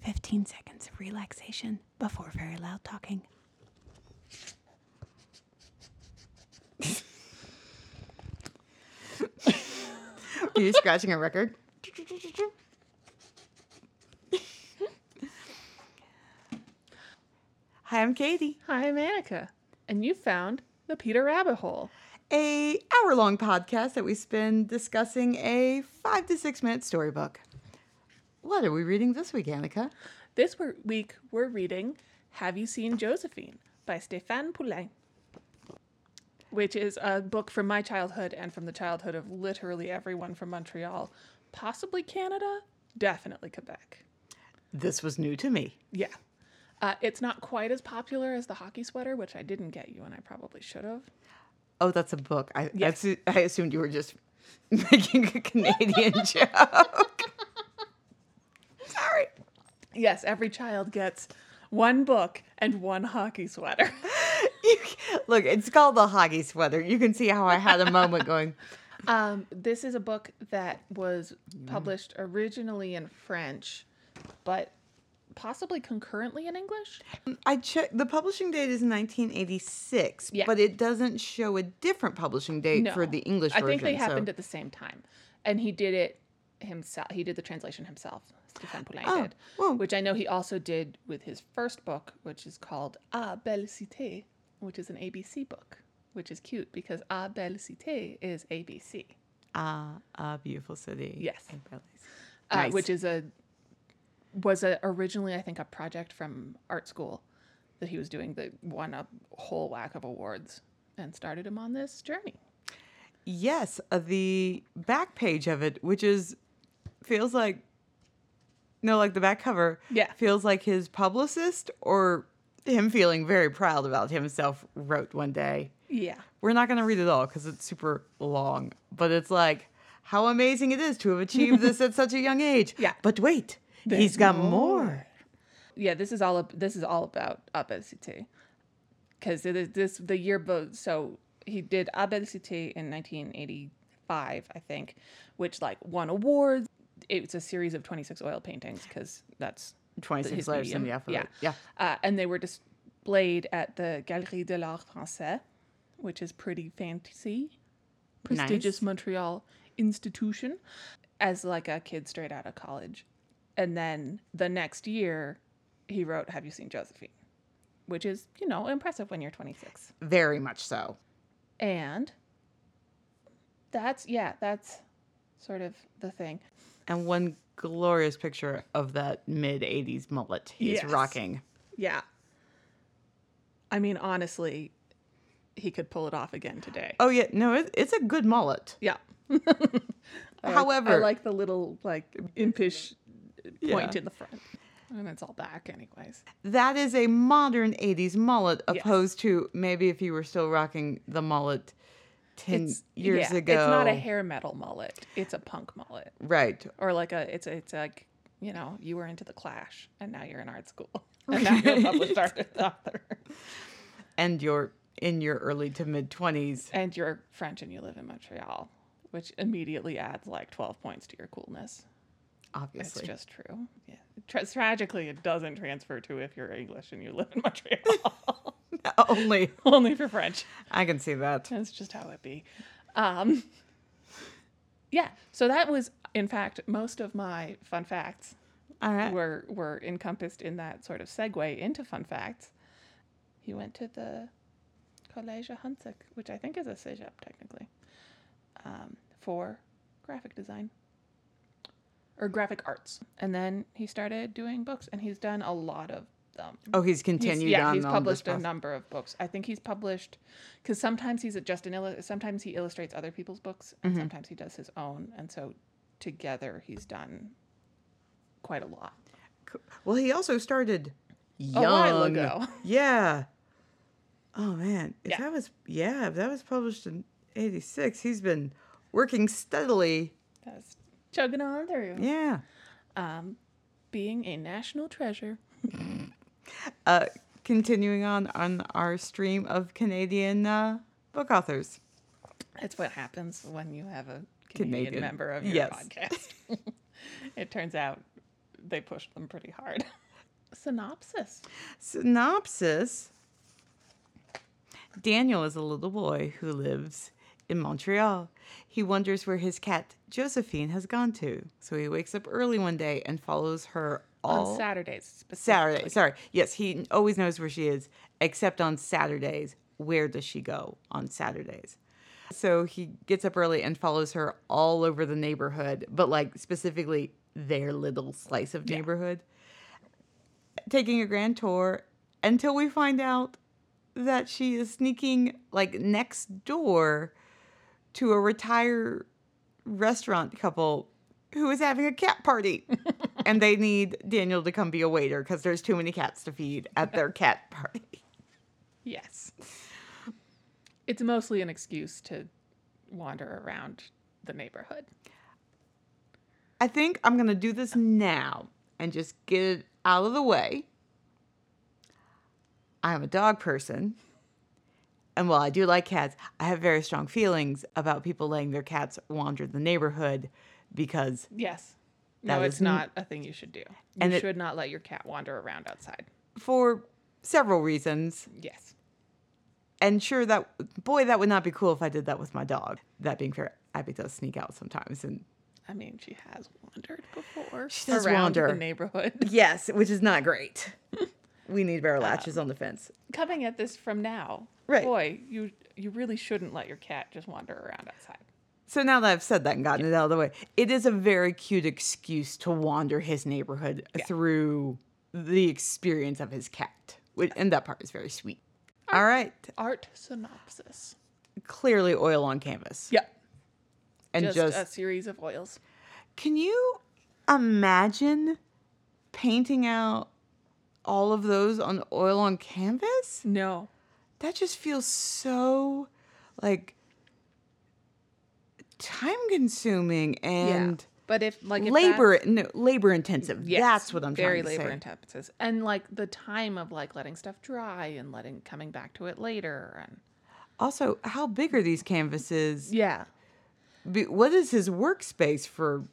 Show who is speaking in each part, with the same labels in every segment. Speaker 1: 15 seconds of relaxation before very loud talking.
Speaker 2: Are you scratching a record? Hi, I'm Katie.
Speaker 3: Hi, I'm Annika, and you found the Peter Rabbit Hole.
Speaker 2: A hour-long podcast that we spend discussing a five to six-minute storybook. What are we reading this week, Annika?
Speaker 3: This wer- week, we're reading Have You Seen Josephine by Stéphane Poulain, which is a book from my childhood and from the childhood of literally everyone from Montreal, possibly Canada, definitely Quebec.
Speaker 2: This was new to me.
Speaker 3: Yeah. Uh, it's not quite as popular as the hockey sweater, which I didn't get you, and I probably should have.
Speaker 2: Oh, that's a book. I I,
Speaker 3: Yes.
Speaker 2: assu- I assumed you were just making a Canadian joke. Sorry.
Speaker 3: Yes, every child gets one book and one hockey sweater.
Speaker 2: You, look, it's called the hockey sweater. You can see how I had a moment going.
Speaker 3: Um, this is a book that was
Speaker 2: Mm.
Speaker 3: published originally in French, but possibly concurrently in English.
Speaker 2: I checked the publishing date is 1986,
Speaker 3: Yeah.
Speaker 2: but it doesn't show a different publishing date for the English
Speaker 3: I
Speaker 2: version.
Speaker 3: think they
Speaker 2: so-
Speaker 3: happened at the same time, and he did it himself. He did the translation himself. Stéphane Poulain
Speaker 2: Oh,
Speaker 3: did,
Speaker 2: well.
Speaker 3: which I know he also did with his first book, which is called Ah Belle Cité, which is an ABC book, which is cute because Ah Belle Cité is ABC.
Speaker 2: Ah, ah, beautiful city.
Speaker 3: Yes.
Speaker 2: in Belize.
Speaker 3: uh,
Speaker 2: Nice.
Speaker 3: which is a was a originally I think a project from art school that he was doing that won a whole whack of awards and started him on this journey.
Speaker 2: Yes, uh, the back page of it, which is feels like no, like the back cover.
Speaker 3: Yeah.
Speaker 2: feels like his publicist or him feeling very proud about himself wrote one day.
Speaker 3: Yeah,
Speaker 2: We're not going to read it all because it's super long, but it's like how amazing it is to have achieved this at such a young age.
Speaker 3: Yeah.
Speaker 2: But wait, he's got more.
Speaker 3: yeah. This is all ab- this is all about obesity because this the year bo- so he did obesity in 1985 I think, which like won awards. It's a series of 26 oil paintings because that's
Speaker 2: 26
Speaker 3: his
Speaker 2: letters in the
Speaker 3: medium.
Speaker 2: alphabet. Yeah.
Speaker 3: Uh, and they were displayed at the Galerie de l'Art Français, which is pretty fancy, prestigious
Speaker 2: Nice.
Speaker 3: Montreal institution, as like a kid straight out of college. And then the next year, he wrote Have You Seen Josephine? Which is, you know, impressive when you're 26.
Speaker 2: Very much so.
Speaker 3: And that's, yeah, that's sort of the thing.
Speaker 2: And one glorious picture of that mid 80s mullet he's
Speaker 3: Yes.
Speaker 2: rocking.
Speaker 3: Yeah. I mean, honestly, he could pull it off again today.
Speaker 2: Oh, yeah. No, it, it's a good mullet.
Speaker 3: Yeah. I like-
Speaker 2: However,
Speaker 3: I like the little like impish point
Speaker 2: Yeah.
Speaker 3: in the front, and it's all back, anyways.
Speaker 2: that is a modern 80s mullet opposed to maybe if you were still rocking the mullet 10
Speaker 3: It's-
Speaker 2: years
Speaker 3: yeah,
Speaker 2: ago.
Speaker 3: It's not a hair metal mullet. It's a punk mullet,
Speaker 2: Right.
Speaker 3: or like a it's it's like you know you were into the Clash, and now you're in art school, and now you're a published art- author,
Speaker 2: And you're in your early to mid 20s.
Speaker 3: and you're French, and you live in Montreal, which immediately adds like twelve points to your coolness. It's
Speaker 2: Obviously.
Speaker 3: just true. Yeah. Tra- tragically, it doesn't transfer to if you're English and you live in Montreal.
Speaker 2: Only
Speaker 3: Only for French.
Speaker 2: I can see that.
Speaker 3: That's just how it be. Um, yeah. So that was, in fact, most of my fun facts
Speaker 2: All right.
Speaker 3: were were encompassed in that sort of segue into fun facts. He went to the Collège Hunsick, which I think is a CEGEP technically, um, for graphic design or graphic arts. And then he started doing books, and he's done a lot of them.
Speaker 2: Oh, he's
Speaker 3: He's-
Speaker 2: continued
Speaker 3: yeah,
Speaker 2: on.
Speaker 3: he's
Speaker 2: on
Speaker 3: published
Speaker 2: this
Speaker 3: a
Speaker 2: process.
Speaker 3: number of books. I think he's published because sometimes he's just an illu- sometimes he illustrates other people's books and
Speaker 2: Mm-hmm.
Speaker 3: sometimes he does his own. And so together he's done quite a lot.
Speaker 2: Cool. Well, he also started young.
Speaker 3: while ago.
Speaker 2: Yeah. Oh man, if
Speaker 3: Yeah.
Speaker 2: that was yeah, if that was published in '86, he's been working steadily.
Speaker 3: That's chugging on through.
Speaker 2: Yeah.
Speaker 3: Um, being a national treasure.
Speaker 2: Uh, continuing on on our stream of Canadian uh, book authors.
Speaker 3: That's what happens when you have a Canadian,
Speaker 2: Canadian.
Speaker 3: member of your
Speaker 2: Yes.
Speaker 3: podcast. it turns out they push them pretty hard. Synopsis.
Speaker 2: Synopsis Daniel is a little boy who lives in Montreal. He wonders where his cat Josephine has gone to. So he wakes up early one day and follows her all
Speaker 3: On Saturdays. specifically.
Speaker 2: Saturday. Sorry. Yes, he always knows where she is, except on Saturdays. Where does she go on Saturdays? So he gets up early and follows her all over the neighborhood, but like specifically their little slice of neighborhood, taking a grand tour until we find out that she is sneaking like next door to a retired restaurant couple who is having a cat party and they need Daniel to come be a waiter because there's too many cats to feed at their cat party.
Speaker 3: Yes. It's mostly an excuse to wander around the neighborhood.
Speaker 2: I think I'm going to do this now and just get it out of the way. I'm a dog person. And while I do like cats, I have very strong feelings about people letting their cats wander the neighborhood because
Speaker 3: Yes. no,
Speaker 2: That
Speaker 3: it's
Speaker 2: is n-
Speaker 3: not a thing you should do. You
Speaker 2: And it-
Speaker 3: should not let your cat wander around outside.
Speaker 2: for several reasons,
Speaker 3: Yes.
Speaker 2: and sure that boy that would not be cool if i did that with my dog that being fair abby does sneak out sometimes and
Speaker 3: I mean, she has wandered before.
Speaker 2: She does
Speaker 3: around the
Speaker 2: wander.
Speaker 3: neighborhood.
Speaker 2: yes which is not great we need better latches on the fence
Speaker 3: Coming at this from now,
Speaker 2: Right.
Speaker 3: boy, you you really shouldn't let your cat just wander around outside.
Speaker 2: so now that i've said that and gotten it out of the way it is a very cute excuse to wander his neighborhood through the experience of his cat which- and that part is very sweet all right
Speaker 3: Art synopsis.
Speaker 2: clearly oil on canvas
Speaker 3: Yep.
Speaker 2: and
Speaker 3: Just,
Speaker 2: just
Speaker 3: a series of oils.
Speaker 2: Can you imagine painting out all of those on oil on canvas?
Speaker 3: No.
Speaker 2: That just feels so like time consuming and
Speaker 3: But if like if
Speaker 2: labor
Speaker 3: that's-
Speaker 2: no, labor intensive.
Speaker 3: Yes,
Speaker 2: That's what I'm
Speaker 3: very
Speaker 2: trying to
Speaker 3: labor
Speaker 2: say.
Speaker 3: intensive, and like the time of like letting stuff dry and letting coming back to it later, and
Speaker 2: also, how big are these canvases?
Speaker 3: yeah,
Speaker 2: Be- What is his workspace for?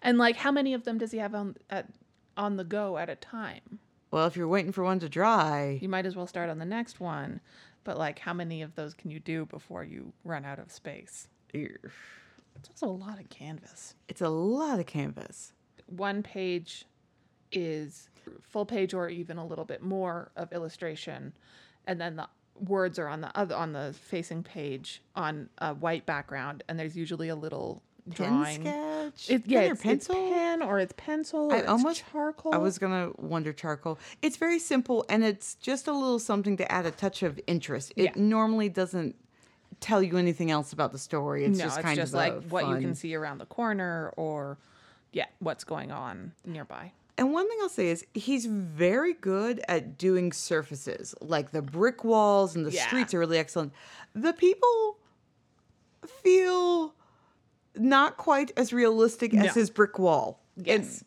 Speaker 3: and like how many of them does he have on at on the go at a time?
Speaker 2: Well, if you're waiting for one to dry,
Speaker 3: You might as well start on the next one, but like how many of those can you do before you run out of space? It's also a lot of canvas.
Speaker 2: it's a lot of canvas.
Speaker 3: One page is full page or even a little bit more of illustration, and then the words are on the other on the facing page on a white background, and there's usually a little
Speaker 2: Pen
Speaker 3: drawing.
Speaker 2: sketch,
Speaker 3: It, yeah,
Speaker 2: pen or
Speaker 3: it's, pencil?
Speaker 2: pencil?
Speaker 3: pen or it's pencil. Or
Speaker 2: I
Speaker 3: it's
Speaker 2: almost-
Speaker 3: charcoal.
Speaker 2: I was gonna wonder charcoal. It's very simple and it's just a little something to add a touch of interest. It
Speaker 3: Yeah.
Speaker 2: normally doesn't tell you anything else about the story. It's
Speaker 3: no,
Speaker 2: just
Speaker 3: it's
Speaker 2: kind
Speaker 3: just
Speaker 2: of
Speaker 3: like
Speaker 2: a
Speaker 3: what you can
Speaker 2: fun-
Speaker 3: see around the corner or yeah, what's going on nearby.
Speaker 2: And one thing I'll say is he's very good at doing surfaces, like the brick walls and the
Speaker 3: Yeah.
Speaker 2: streets are really excellent. The people feel not quite as realistic
Speaker 3: No.
Speaker 2: as his brick wall. And-
Speaker 3: Yes.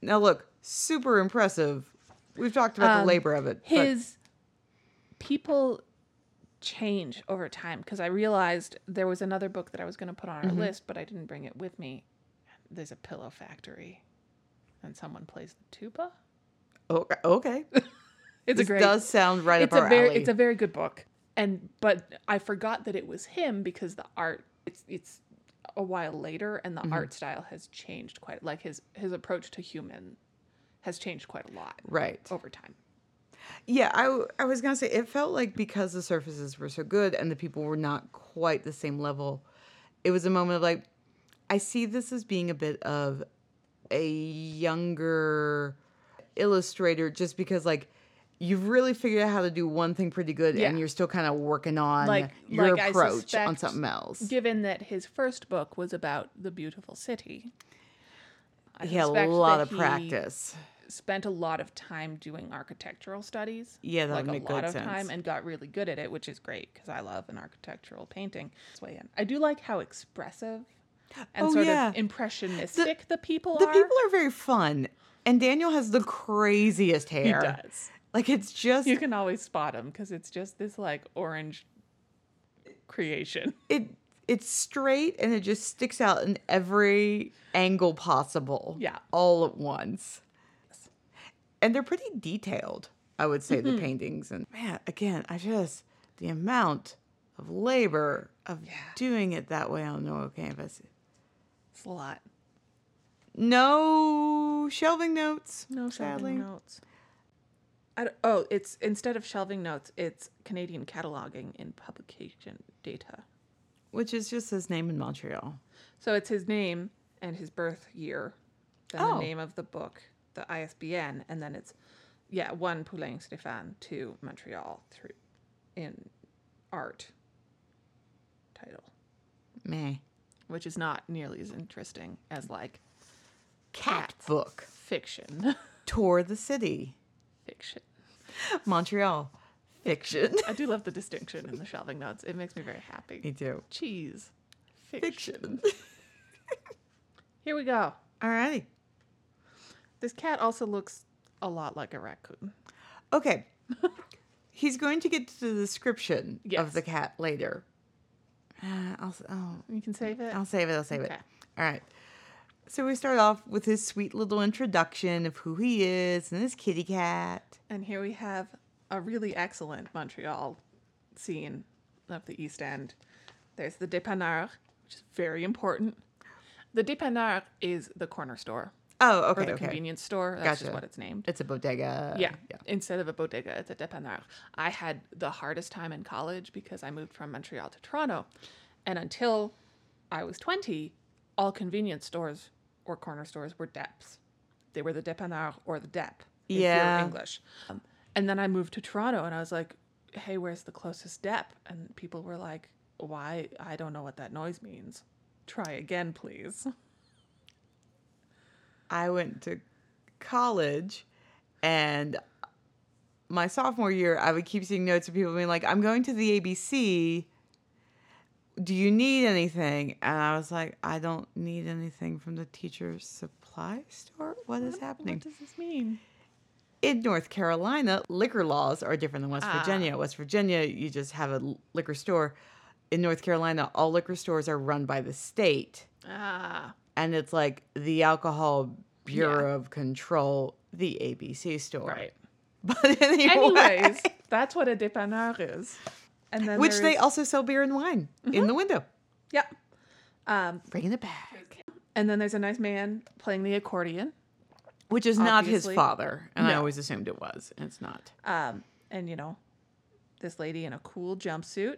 Speaker 2: now look, super impressive. We've talked about the labor of it. but-
Speaker 3: Um, His people change over time because I realized there was another book that I was going to put on our
Speaker 2: Mm-hmm.
Speaker 3: list, but I didn't bring it with me. There's a pillow factory, and someone plays the tuba.
Speaker 2: Okay. okay.
Speaker 3: It's
Speaker 2: this
Speaker 3: a great.
Speaker 2: does sound right
Speaker 3: it's
Speaker 2: up
Speaker 3: a
Speaker 2: our
Speaker 3: very
Speaker 2: alley.
Speaker 3: it's a very good book, and but I forgot that it was him because the art it's it's a while later and
Speaker 2: Mm-hmm.
Speaker 3: the art style has changed quite like his his approach to human has changed quite a lot
Speaker 2: right.
Speaker 3: over time.
Speaker 2: Yeah, I, w- I was going to say it felt like because the surfaces were so good and the people were not quite the same level, it was a moment of like, I see this as being a bit of a younger illustrator just because, like, you've really figured out how to do one thing pretty good
Speaker 3: Yeah.
Speaker 2: and you're still kind of working on
Speaker 3: Like-
Speaker 2: your
Speaker 3: like I
Speaker 2: approach on
Speaker 3: suspect
Speaker 2: something else.
Speaker 3: given that his first book was about the beautiful city. I
Speaker 2: he had a
Speaker 3: suspect
Speaker 2: lot
Speaker 3: that
Speaker 2: of
Speaker 3: he
Speaker 2: practice.
Speaker 3: Spent a lot of time doing architectural studies.
Speaker 2: Yeah, that
Speaker 3: like
Speaker 2: would make
Speaker 3: a lot
Speaker 2: good
Speaker 3: of time,
Speaker 2: sense.
Speaker 3: and got really good at it, which is great because I love an architectural painting. This way in. I do like how expressive and
Speaker 2: Oh,
Speaker 3: sort
Speaker 2: yeah.
Speaker 3: of impressionistic the, people
Speaker 2: The
Speaker 3: are.
Speaker 2: people are very fun. And Daniel has the craziest
Speaker 3: he
Speaker 2: hair.
Speaker 3: does.
Speaker 2: Like it's just
Speaker 3: You can always spot him because it's just this like orange creation.
Speaker 2: it it's straight and it just sticks out in every angle possible.
Speaker 3: Yeah.
Speaker 2: All at once. and they're pretty detailed. I would say
Speaker 3: Mm-hmm.
Speaker 2: the paintings and man, again, I just the amount of labor of doing it that way on normal canvas.
Speaker 3: It's a lot.
Speaker 2: No shelving notes.
Speaker 3: No
Speaker 2: sadly.
Speaker 3: shelving notes. I d oh, it's instead of shelving notes, it's Canadian cataloging in publication data.
Speaker 2: Which is just his name in Montreal.
Speaker 3: So it's his name and his birth year, then
Speaker 2: Oh.
Speaker 3: the name of the book, the ISBN, and then it's yeah one Poulain Stéphane, two Montreal, three in art title,
Speaker 2: Meh.
Speaker 3: which is not nearly as interesting as like
Speaker 2: Cat book.
Speaker 3: fiction.
Speaker 2: Tour the city.
Speaker 3: fiction.
Speaker 2: Montreal. Fiction.
Speaker 3: I do love the distinction in the shelving notes. It makes me very happy.
Speaker 2: Me too.
Speaker 3: cheese fiction.
Speaker 2: Fiction.
Speaker 3: Here we go.
Speaker 2: Alrighty.
Speaker 3: This cat also looks a lot like a raccoon.
Speaker 2: Okay. He's going to get to the description of
Speaker 3: Yes.
Speaker 2: the cat later. Uh, I'll, s- oh,
Speaker 3: You can save it.
Speaker 2: I'll save it. I'll save it.
Speaker 3: Okay.
Speaker 2: All right. So we start off with his sweet little introduction of who he is and his kitty cat.
Speaker 3: And here we have a really excellent Montreal scene of the East End. There's the Dépanneur, which is very important. The Dépanneur is the corner store
Speaker 2: Oh,
Speaker 3: or
Speaker 2: okay.
Speaker 3: the
Speaker 2: okay.
Speaker 3: convenience store. That's just
Speaker 2: Gotcha.
Speaker 3: what it's named.
Speaker 2: It's a bodega.
Speaker 3: yeah. Instead of a bodega, it's a dépanneur. I had the hardest time in college because I moved from Montreal to Toronto. And until I was 20, all convenience stores or corner stores were deps. They were the dépanneur or the dep in pure
Speaker 2: Yeah.
Speaker 3: English. Um, and then I moved to Toronto and I was like, hey, where's the closest dep? And people were like, why? I don't know what that noise means. Try again, please.
Speaker 2: I went to college and my sophomore year, I would keep seeing notes of people being like, I'm going to the ABC. Do you need anything? And I was like, I don't need anything from the teacher supply store. What is happening?
Speaker 3: What does this mean?
Speaker 2: in North Carolina, liquor laws are different than West
Speaker 3: Ah.
Speaker 2: Virginia. West Virginia, you just have a l- liquor store. In North Carolina, all liquor stores are run by the state,
Speaker 3: Ah,
Speaker 2: and it's like the Alcohol Bureau of Control, the ABC store.
Speaker 3: right.
Speaker 2: But anyway,
Speaker 3: Anyways, that's what a dépanneur is. And then
Speaker 2: which they
Speaker 3: there's- Mm-hmm.
Speaker 2: also sell beer and wine in the window.
Speaker 3: yeah. Um,
Speaker 2: Bringing it back.
Speaker 3: and then there's a nice man playing the accordion.
Speaker 2: Which is not his
Speaker 3: Obviously.
Speaker 2: father, and I
Speaker 3: No.
Speaker 2: always assumed it was, and it's not.
Speaker 3: Um, and you know, this lady in a cool jumpsuit.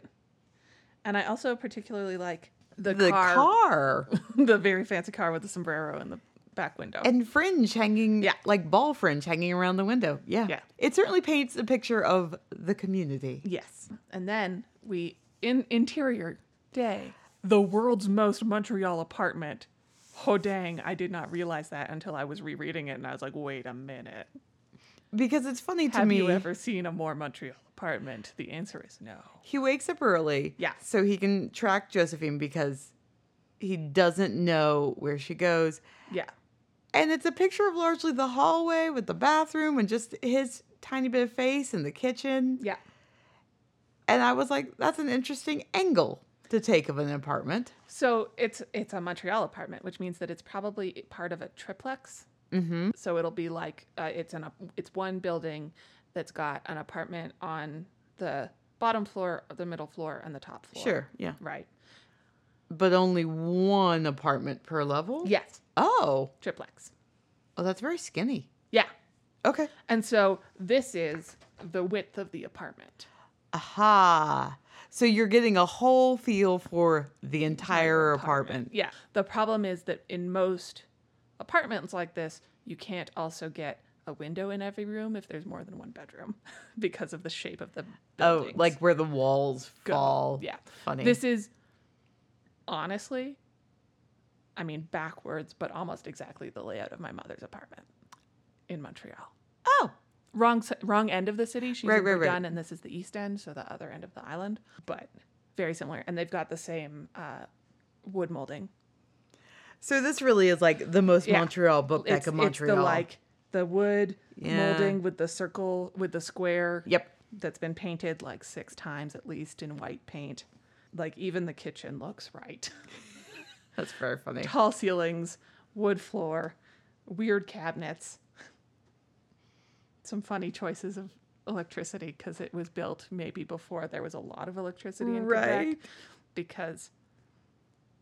Speaker 3: And I also particularly like the,
Speaker 2: The
Speaker 3: car,
Speaker 2: car
Speaker 3: the very fancy car with the sombrero in the back window.
Speaker 2: and fringe hanging,
Speaker 3: Yeah.
Speaker 2: like ball fringe hanging around the window. Yeah.
Speaker 3: Yeah.
Speaker 2: It certainly paints a picture of the community.
Speaker 3: yes. And then we in interior day, the world's most Montreal apartment. Oh dang, I did not realize that until I was rereading it and I was like, wait a minute.
Speaker 2: Because it's funny to
Speaker 3: Have
Speaker 2: me.
Speaker 3: you ever seen a more Montreal apartment? The answer is no.
Speaker 2: He wakes up early.
Speaker 3: Yeah.
Speaker 2: So he can track Josephine because he doesn't know where she goes.
Speaker 3: Yeah.
Speaker 2: And it's a picture of largely the hallway with the bathroom and just his tiny bit of face in the kitchen.
Speaker 3: Yeah.
Speaker 2: And I was like, that's an interesting angle to take of an apartment.
Speaker 3: So it's it's a Montreal apartment, which means that it's probably part of a triplex. Mm-hmm. So it'll be like uh, it's an ap- it's one building that's got an apartment on the bottom floor, the middle floor, and the top floor.
Speaker 2: Sure. Yeah.
Speaker 3: Right.
Speaker 2: But only one apartment per level?
Speaker 3: Yes.
Speaker 2: Oh.
Speaker 3: Triplex.
Speaker 2: Oh, that's very skinny.
Speaker 3: Yeah.
Speaker 2: Okay.
Speaker 3: And so this is the width of the apartment.
Speaker 2: Aha. So you're getting a whole feel for the entire apartment.
Speaker 3: Yeah. The problem is that in most apartments like this, you can't also get a window in every room if there's more than one bedroom because of the shape of the
Speaker 2: Oh,
Speaker 3: buildings.
Speaker 2: like where the walls
Speaker 3: Go-
Speaker 2: fall.
Speaker 3: yeah.
Speaker 2: Funny.
Speaker 3: This is honestly I mean backwards, but almost exactly the layout of my mother's apartment in Montreal.
Speaker 2: oh,
Speaker 3: Wrong s- wrong end of the city. She's
Speaker 2: Right,
Speaker 3: in
Speaker 2: right, right.
Speaker 3: Verdun, and this is the east end, so the other end of the island, but very similar and they've got the same uh, wood molding
Speaker 2: so this really is like the most
Speaker 3: Yeah.
Speaker 2: Montreal book deck
Speaker 3: it's,
Speaker 2: of
Speaker 3: it's
Speaker 2: Montreal.
Speaker 3: the like the wood
Speaker 2: Yeah.
Speaker 3: molding with the circle with the square
Speaker 2: Yep.
Speaker 3: that's been painted like six times at least in white paint like even the kitchen looks right
Speaker 2: That's very funny.
Speaker 3: tall ceilings wood floor weird cabinets some funny choices of electricity because it was built maybe before there was a lot of electricity in Quebec
Speaker 2: Right.
Speaker 3: because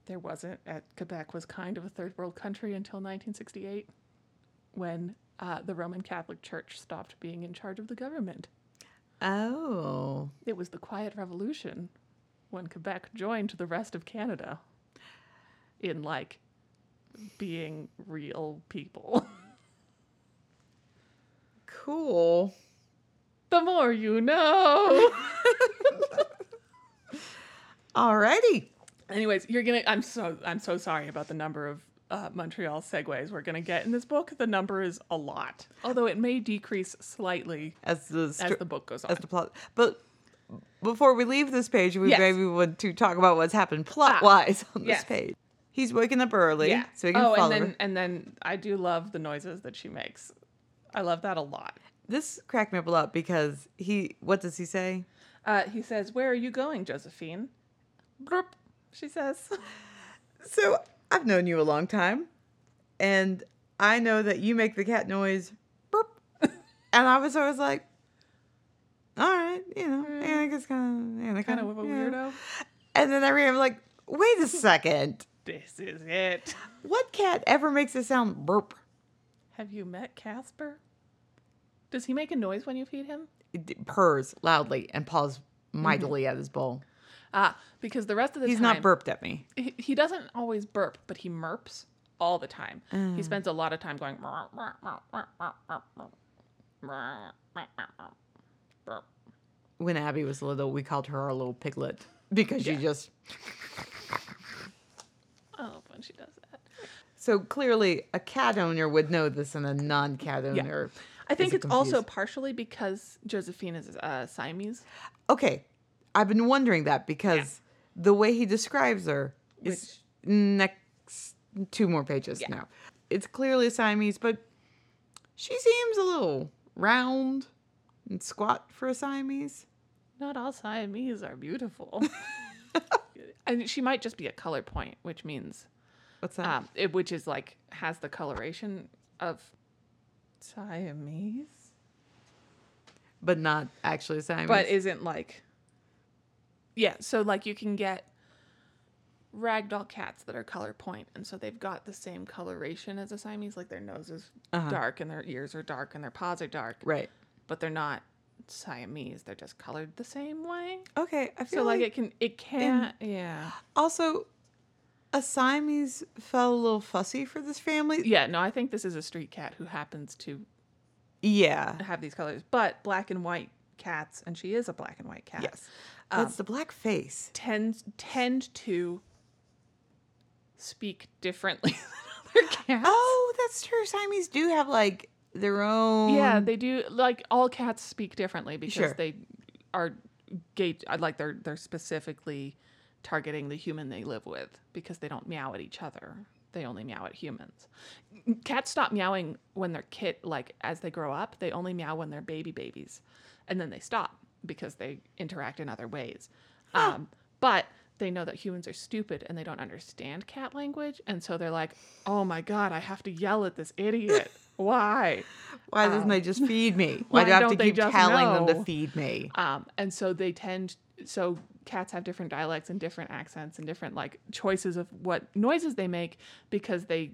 Speaker 3: there wasn't at Quebec was kind of a third world country until 1968 when uh, the Roman Catholic Church stopped being in charge of the government.
Speaker 2: Oh.
Speaker 3: It was the Quiet Revolution when Quebec joined the rest of Canada in like being real people.
Speaker 2: Cool.
Speaker 3: the more you know.
Speaker 2: Alrighty.
Speaker 3: Anyways, you're gonna. I'm so I'm so sorry about the number of uh, Montreal segues we're gonna get in this book. The number is a lot, although it may decrease slightly
Speaker 2: As the
Speaker 3: as
Speaker 2: str-
Speaker 3: the book goes on.
Speaker 2: as the plot. But before we leave this page, we
Speaker 3: Yes. Ah.
Speaker 2: maybe want to talk about what's happened plot wise on
Speaker 3: yes.
Speaker 2: this page. He's waking up early,
Speaker 3: yeah.
Speaker 2: so he can
Speaker 3: oh,
Speaker 2: follow.
Speaker 3: and
Speaker 2: her.
Speaker 3: then and then I do love the noises that she makes. I love that a lot.
Speaker 2: This cracked me up a lot because he. What does he say?
Speaker 3: Uh, he says, "Where are you going, Josephine?" Bloop, she says.
Speaker 2: So I've known you a long time, and I know that you make the cat noise, burp, and I was always like, "All right, you know, yeah, I guess kind of, yeah,
Speaker 3: kind of a weirdo.
Speaker 2: And then I remember, like, wait a second,
Speaker 3: This is it.
Speaker 2: what cat ever makes it sound burp?
Speaker 3: Have you met Casper? Does he make a noise when you feed him?
Speaker 2: It d- purrs loudly and paws mightily at his bowl.
Speaker 3: Ah, because the rest of the
Speaker 2: He's
Speaker 3: time
Speaker 2: not burped at me.
Speaker 3: he he doesn't always burp, but he murps all the time.
Speaker 2: Mm.
Speaker 3: He spends a lot of time going. "Meow, meow, meow, meow, meow, meow, meow, meow, meow, meow, meow, burp."
Speaker 2: When Abby was little, we called her our little piglet because she just
Speaker 3: I love Oh, when she does that.
Speaker 2: So clearly, a cat owner would know this, and a non-cat owner.
Speaker 3: I think
Speaker 2: isn't
Speaker 3: it's also
Speaker 2: confused.
Speaker 3: partially because Josephine is uh, Siamese.
Speaker 2: okay. I've been wondering that because the way he describes her is next two more pages now. It's clearly Siamese, but she seems a little round and squat for a Siamese.
Speaker 3: Not all Siamese are beautiful. and she might just be a color point, which means
Speaker 2: What's that?
Speaker 3: um, it, which is like has the coloration of Siamese,
Speaker 2: but not actually Siamese.
Speaker 3: but isn't like yeah. So like you can get ragdoll cats that are color point, and so they've got the same coloration as a Siamese. Like their nose is dark, and their ears are dark, and their paws are dark,
Speaker 2: right.
Speaker 3: but they're not Siamese. They're just colored the same way.
Speaker 2: Okay. I feel
Speaker 3: So like
Speaker 2: like
Speaker 3: it can it can yeah
Speaker 2: also a Siamese felt a little fussy for this family.
Speaker 3: yeah no I think this is a street cat who happens to
Speaker 2: Yeah.
Speaker 3: have these colors, but black and white cats, and she is a black and white cat.
Speaker 2: Yes. That's the black face.
Speaker 3: tend tend to speak differently than other cats.
Speaker 2: Oh, that's true. Siamese do have like their own.
Speaker 3: yeah, they do. Like all cats speak differently because
Speaker 2: Um, Sure.
Speaker 3: they are gate like they're they're specifically targeting the human they live with because they don't meow at each other. They only meow at humans. Cats stop meowing when they're kid like as they grow up. They only meow when they're baby babies, and then they stop because they interact in other ways. Um, but they know that humans are stupid and they don't understand cat language, and so they're like, "Oh my god, I have to yell at this idiot. Why?"
Speaker 2: Why doesn't they just feed me? Why,
Speaker 3: uh, why
Speaker 2: do I have to
Speaker 3: don't they
Speaker 2: keep
Speaker 3: just
Speaker 2: telling them
Speaker 3: know?
Speaker 2: to feed me?
Speaker 3: Um, and so they tend, so cats have different dialects and different accents and different like choices of what noises they make because they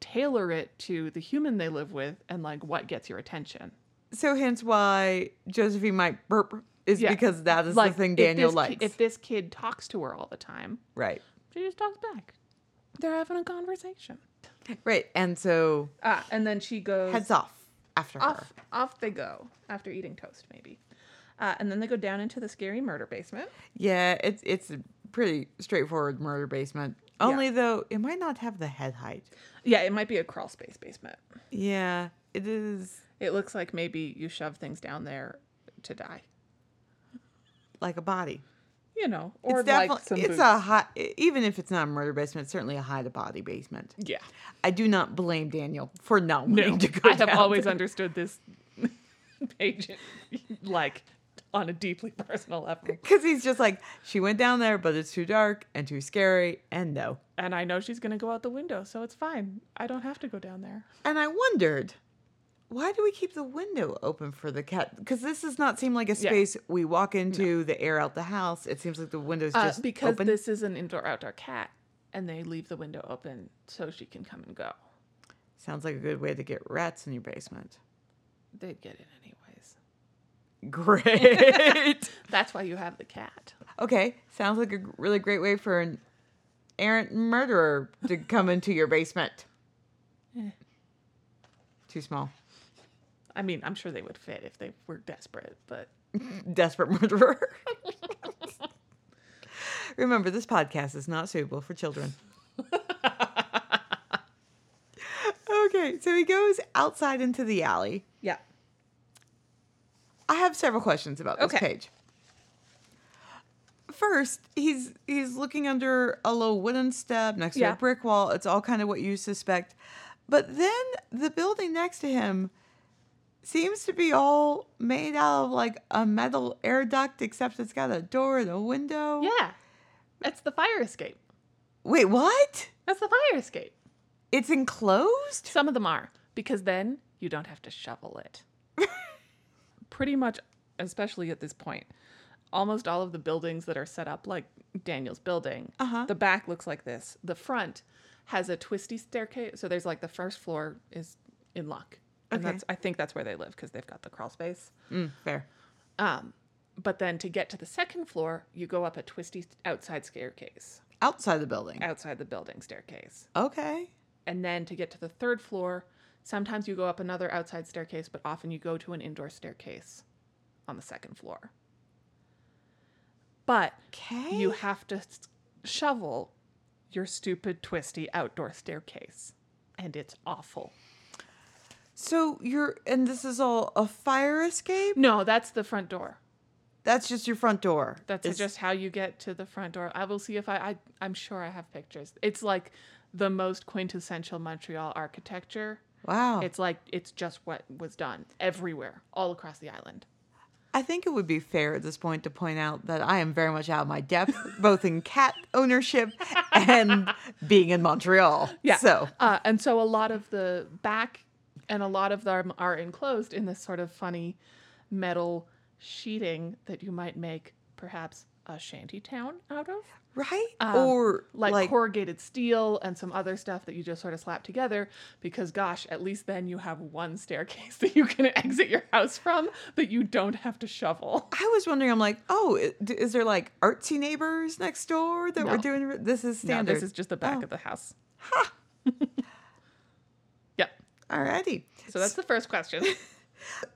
Speaker 3: tailor it to the human they live with and like what gets your attention.
Speaker 2: So hence why Josephine might burp is
Speaker 3: Yeah.
Speaker 2: because that is the thing
Speaker 3: if
Speaker 2: Daniel
Speaker 3: this ki-
Speaker 2: likes.
Speaker 3: if this kid talks to her all the time,
Speaker 2: right.
Speaker 3: she just talks back. They're having a conversation.
Speaker 2: Right. And so
Speaker 3: Ah, and then she goes
Speaker 2: heads off after her.
Speaker 3: off, off they go after eating toast, maybe. Uh, and then they go down into the scary murder basement.
Speaker 2: Yeah, it's it's a pretty straightforward murder basement. Only though it might not have the head height.
Speaker 3: Yeah, it might be a crawl space basement.
Speaker 2: Yeah, it is
Speaker 3: It looks like maybe you shove things down there to die.
Speaker 2: like a body.
Speaker 3: You know, or
Speaker 2: it's
Speaker 3: like
Speaker 2: definitely
Speaker 3: some
Speaker 2: it's
Speaker 3: boots.
Speaker 2: a high e, even if it's not a murder basement, it's certainly a hide a body basement.
Speaker 3: yeah.
Speaker 2: I do not blame Daniel for not wanting
Speaker 3: No,
Speaker 2: to go.
Speaker 3: I have
Speaker 2: down
Speaker 3: always
Speaker 2: there.
Speaker 3: understood this page like on a deeply personal level,
Speaker 2: because he's just like she went down there, but it's too dark and too scary, and no.
Speaker 3: and I know she's gonna go out the window, so it's fine. I don't have to go down there.
Speaker 2: And I wondered, Why do we keep the window open for the cat? Because this does not seem like a space we walk into, the air out the house. It seems like the window's
Speaker 3: Uh,
Speaker 2: just
Speaker 3: because
Speaker 2: open.
Speaker 3: this is an indoor outdoor cat, and they leave the window open so she can come and go.
Speaker 2: Sounds like a good way to get rats in your basement.
Speaker 3: They'd get it anyways.
Speaker 2: Great.
Speaker 3: That's why you have the cat.
Speaker 2: okay, sounds like a g- really great way for an errant murderer to come into your basement. Too small.
Speaker 3: I mean, I'm sure they would fit if they were desperate, but
Speaker 2: Desperate murderer. Remember, this podcast is not suitable for children. okay, so he goes outside into the alley.
Speaker 3: yeah.
Speaker 2: I have several questions about this
Speaker 3: Okay.
Speaker 2: page. First, he's he's looking under a low wooden step next to
Speaker 3: Yeah.
Speaker 2: a brick wall. It's all kind of what you suspect. But then the building next to him seems to be all made out of like a metal air duct, except it's got a door and a window.
Speaker 3: Yeah. That's the fire escape.
Speaker 2: Wait, what?
Speaker 3: That's the fire escape.
Speaker 2: It's enclosed?
Speaker 3: Some of them are, because then you don't have to shovel it. Pretty much, especially at this point, almost all of the buildings that are set up like Daniel's building,
Speaker 2: Uh-huh.
Speaker 3: the back looks like this. The front has a twisty staircase. So there's like the first floor is in luck. And
Speaker 2: Okay.
Speaker 3: that's, I think that's where they live because they've got the crawl space.
Speaker 2: Mm, fair.
Speaker 3: Um, but then to get to the second floor, you go up a twisty outside staircase,
Speaker 2: Outside the building.
Speaker 3: outside the building staircase.
Speaker 2: Okay.
Speaker 3: And then to get to the third floor, sometimes you go up another outside staircase, but often you go to an indoor staircase on the second floor. But
Speaker 2: Okay.
Speaker 3: you have to s- shovel your stupid twisty outdoor staircase. And it's awful.
Speaker 2: so you're and this is all a fire escape?
Speaker 3: No, that's the front door.
Speaker 2: That's just your front door.
Speaker 3: That's
Speaker 2: It's-
Speaker 3: just how you get to the front door. I will see if I, I I'm sure I have pictures. It's like the most quintessential Montreal architecture.
Speaker 2: wow.
Speaker 3: It's like it's just what was done everywhere, all across the island.
Speaker 2: I think it would be fair at this point to point out that I am very much out of my depth, both in cat ownership and being in Montreal. So
Speaker 3: uh, and so a lot of the back and a lot of them are enclosed in this sort of funny metal sheeting that you might make perhaps a shanty town out of.
Speaker 2: right
Speaker 3: Um,
Speaker 2: or
Speaker 3: like, corrugated steel and some other stuff that you just sort of slap together because gosh at least then you have one staircase that you can exit your house from that you don't have to shovel
Speaker 2: I was wondering, I'm like, oh, i- d- is there like artsy neighbors next door that
Speaker 3: No.
Speaker 2: we're doing? r- This is
Speaker 3: no,
Speaker 2: standard.
Speaker 3: this is just the back
Speaker 2: Oh.
Speaker 3: of the house yep
Speaker 2: Alrighty.
Speaker 3: so that's the first question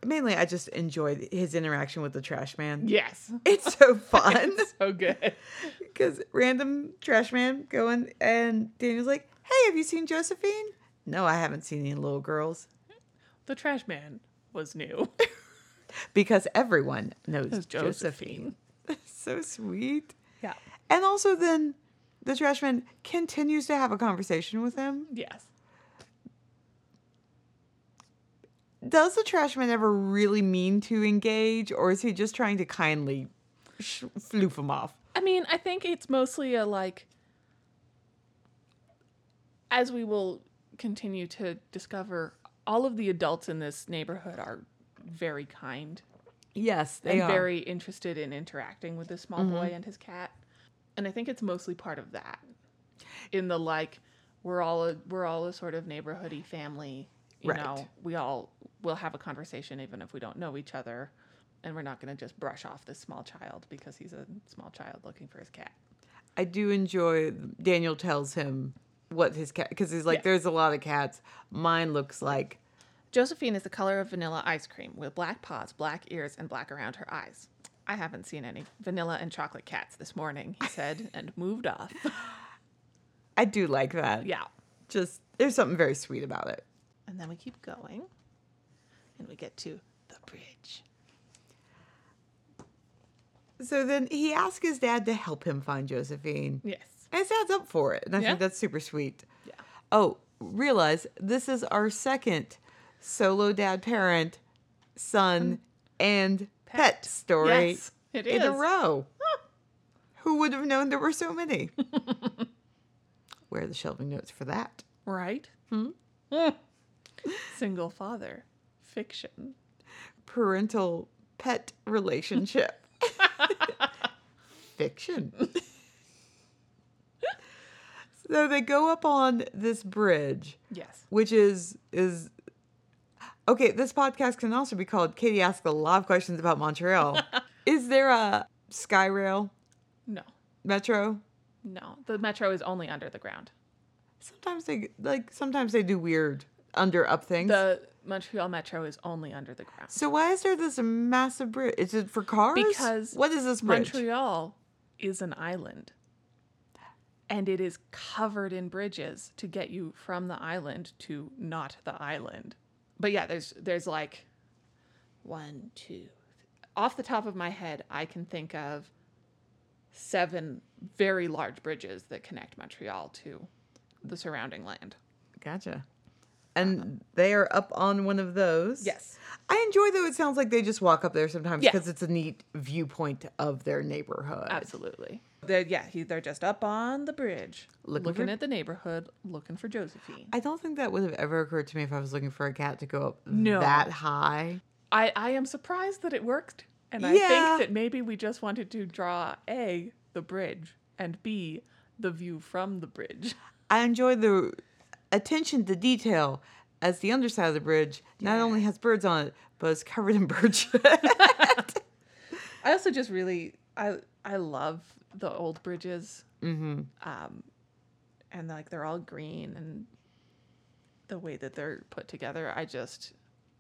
Speaker 2: mainly I just enjoyed his interaction with the trash man.
Speaker 3: yes
Speaker 2: It's so fun.
Speaker 3: so Oh, good
Speaker 2: Because random trash man going and Daniel's like, "Hey, have you seen Josephine?" No, I haven't seen any little girls
Speaker 3: the trash man was new
Speaker 2: because everyone knows
Speaker 3: It was
Speaker 2: Josephine.
Speaker 3: josephine
Speaker 2: so sweet.
Speaker 3: yeah
Speaker 2: And also, then the trash man continues to have a conversation with him.
Speaker 3: yes
Speaker 2: Does the trash man ever really mean to engage, or is he just trying to kindly sh- floof him off?
Speaker 3: I mean, I think it's mostly a like, as we will continue to discover, all of the adults in this neighborhood are very kind
Speaker 2: Yes, they
Speaker 3: and
Speaker 2: are. Mm-hmm.
Speaker 3: very interested in interacting with this small boy and his cat. And I think it's mostly part of that, in the like, we're all a, we're all a sort of neighborhoody family. You
Speaker 2: Right.
Speaker 3: know, we all will have a conversation even if we don't know each other, and we're not going to just brush off this small child because he's a small child looking for his cat.
Speaker 2: I do enjoy Daniel tells him what his cat because he's like,
Speaker 3: Yeah.
Speaker 2: "There's a lot of cats. Mine looks like."
Speaker 3: Josephine is the color of vanilla ice cream with black paws, black ears, and black around her eyes. I haven't seen any vanilla and chocolate cats this morning, he said, and moved off.
Speaker 2: I do like that.
Speaker 3: Yeah.
Speaker 2: just there's something very sweet about it.
Speaker 3: And then we keep going, and we get to the bridge.
Speaker 2: So then he asks his dad to help him find Josephine.
Speaker 3: Yes.
Speaker 2: And his dad's up for it. And I
Speaker 3: Yeah.
Speaker 2: think that's super sweet.
Speaker 3: Yeah.
Speaker 2: Oh, realize this is our second solo dad parent, son, and pet, story
Speaker 3: Yes, it
Speaker 2: in a
Speaker 3: is.
Speaker 2: row. Who would have known there were so many? Where are the shelving notes for that?
Speaker 3: Hmm. Right? Hmm? Single father fiction.
Speaker 2: Parental pet relationship. Fiction. so they go up on this bridge,
Speaker 3: Yes.
Speaker 2: which is is okay. This podcast can also be called Katie asks a lot of questions about Montreal. is there a sky rail
Speaker 3: No.
Speaker 2: metro?
Speaker 3: No. The metro is only under the ground.
Speaker 2: Sometimes they like sometimes they do weird under up things.
Speaker 3: The Montreal metro is only under the ground.
Speaker 2: so why is there this massive bridge? Is it for cars?
Speaker 3: Because
Speaker 2: what is this bridge?
Speaker 3: Montreal is an island. And it is covered in bridges to get you from the island to not the island. But yeah, there's there's like one, two. th- Off the top of my head, I can think of seven very large bridges that connect Montreal to the surrounding land.
Speaker 2: Gotcha. And they are up on one of those.
Speaker 3: Yes.
Speaker 2: I enjoy though it sounds like they just walk up there sometimes
Speaker 3: Yeah.
Speaker 2: because it's a neat viewpoint of their neighborhood.
Speaker 3: Absolutely. They're, yeah, he, they're just up on the bridge,
Speaker 2: Looking
Speaker 3: looking,
Speaker 2: for-
Speaker 3: at the neighborhood, looking for Josephine.
Speaker 2: I don't think that would have ever occurred to me if I was looking for a cat to go up
Speaker 3: No.
Speaker 2: that high.
Speaker 3: I, I am surprised that it worked. And I
Speaker 2: Yeah.
Speaker 3: think that maybe we just wanted to draw A, the bridge, and B, the view from the bridge.
Speaker 2: I enjoy the attention to detail as the underside of the bridge not only has birds on it, but it's covered in bird shit.
Speaker 3: I also just really I I love the old bridges. Mm-hmm. Um and like they're all green and the way that they're put together, I just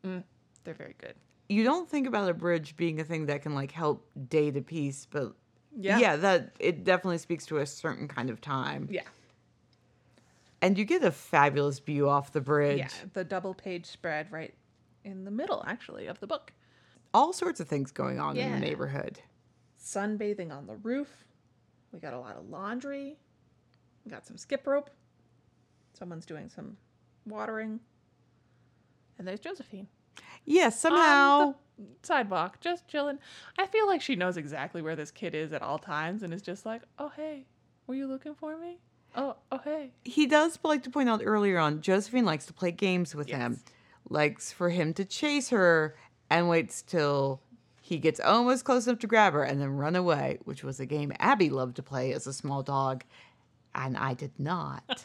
Speaker 3: mm, they're very good.
Speaker 2: you don't think about a bridge being a thing that can like help day to peace, but
Speaker 3: Yeah.
Speaker 2: yeah, that it definitely speaks to a certain kind of time.
Speaker 3: Yeah.
Speaker 2: And you get a fabulous view off the bridge.
Speaker 3: Yeah. The double page spread right in the middle actually of the book.
Speaker 2: All sorts of things going on in the
Speaker 3: Yeah.
Speaker 2: neighborhood.
Speaker 3: sunbathing on the roof. We got a lot of laundry. We got some skip rope. Someone's doing some watering. And there's Josephine.
Speaker 2: Yes,
Speaker 3: on
Speaker 2: somehow.
Speaker 3: Um, the sidewalk, just chilling. I feel like she knows exactly where this kid is at all times and is just like, oh, hey, were you looking for me? Oh, oh, hey.
Speaker 2: he does like to point out earlier on Josephine likes to play games with him,
Speaker 3: Yes.
Speaker 2: likes for him to chase her and waits till he gets almost close enough to grab her and then run away, which was a game Abby loved to play as a small dog, and I did not.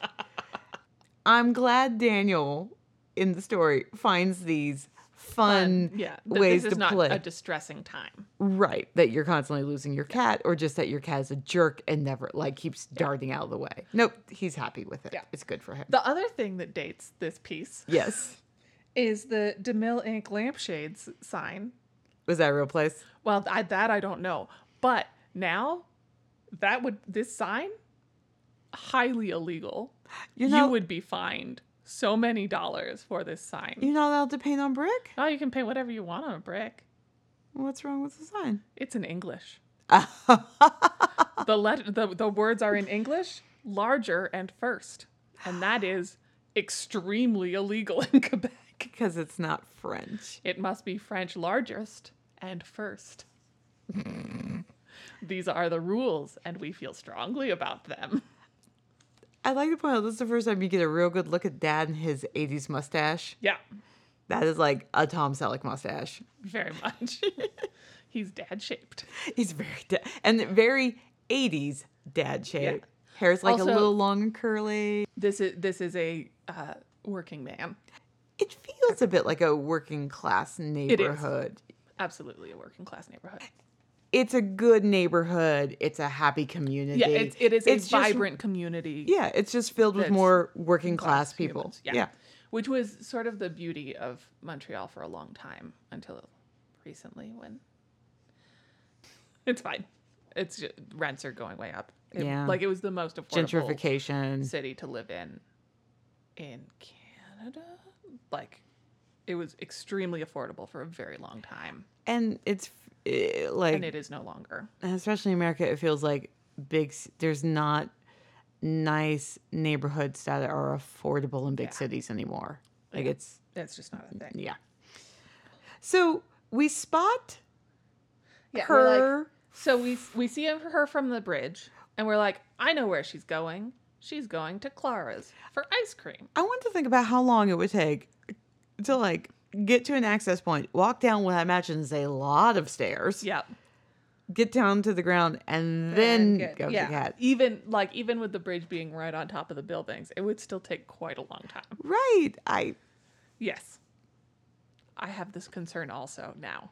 Speaker 2: I'm glad Daniel in the story finds these fun,
Speaker 3: And yeah, that
Speaker 2: ways
Speaker 3: this
Speaker 2: to
Speaker 3: is not
Speaker 2: play.
Speaker 3: a distressing time.
Speaker 2: Right, that you're constantly losing your cat, or just that your cat is a jerk and never like keeps darting out of the way. Nope, he's happy with it.
Speaker 3: Yeah.
Speaker 2: It's good for him.
Speaker 3: The other thing that dates this piece
Speaker 2: yes,
Speaker 3: is the DeMille Inc. lampshades sign
Speaker 2: was that a real place?
Speaker 3: Well, I, that I don't know. But now, that would this sign highly illegal.
Speaker 2: You
Speaker 3: You,
Speaker 2: know-
Speaker 3: would be fined so many dollars for this sign.
Speaker 2: You're not allowed to paint on brick.
Speaker 3: oh, you can paint whatever you want on a brick.
Speaker 2: What's wrong with the sign?
Speaker 3: It's in English. the let the, the words are in English, larger and first, and that is extremely illegal in Quebec.
Speaker 2: Because it's not French.
Speaker 3: It must be French largest and first. These are the rules, and we feel strongly about them.
Speaker 2: I'd like to point out this is the first time you get a real good look at Dad and his '80s mustache.
Speaker 3: Yeah,
Speaker 2: That is like a Tom Selleck mustache.
Speaker 3: very much. He's dad shaped.
Speaker 2: He's very da- and very '80s dad shape. Hair's like a
Speaker 3: Also-
Speaker 2: little long and curly.
Speaker 3: This is this is a uh, working man.
Speaker 2: It feels a bit like a working class neighborhood.
Speaker 3: Absolutely a working class neighborhood.
Speaker 2: It's a good neighborhood. It's a happy community.
Speaker 3: Yeah, it's, it is
Speaker 2: It's
Speaker 3: a
Speaker 2: just-
Speaker 3: vibrant community.
Speaker 2: Yeah, it's just filled with
Speaker 3: That's
Speaker 2: more working class,
Speaker 3: class
Speaker 2: people.
Speaker 3: humans. Yeah. Which was sort of the beauty of Montreal for a long time until recently when it's fine. It's ju- rents are going way up. It-
Speaker 2: Yeah.
Speaker 3: Like it was the most affordable
Speaker 2: gentrification.
Speaker 3: city to live in in Canada. Like it was extremely affordable for a very long time
Speaker 2: and it's eh, like
Speaker 3: and it is no longer.
Speaker 2: and especially in America, it feels like big. c- There's not nice neighborhoods that are affordable in big cities anymore. Like it's
Speaker 3: That's just not a thing.
Speaker 2: yeah. So we spot
Speaker 3: Yeah, we're like-
Speaker 2: her.
Speaker 3: So we we see her from the bridge, and we're like, I know where she's going. She's going to Clara's for ice cream.
Speaker 2: I want to think about how long it would take to like get to an access point, walk down what I imagine is a lot of stairs,
Speaker 3: Yep.
Speaker 2: get down to the ground, and then
Speaker 3: get-
Speaker 2: go to the cat.
Speaker 3: Even like even with the bridge being right on top of the buildings, it would still take quite a long time.
Speaker 2: Right. I
Speaker 3: Yes. I have this concern also now.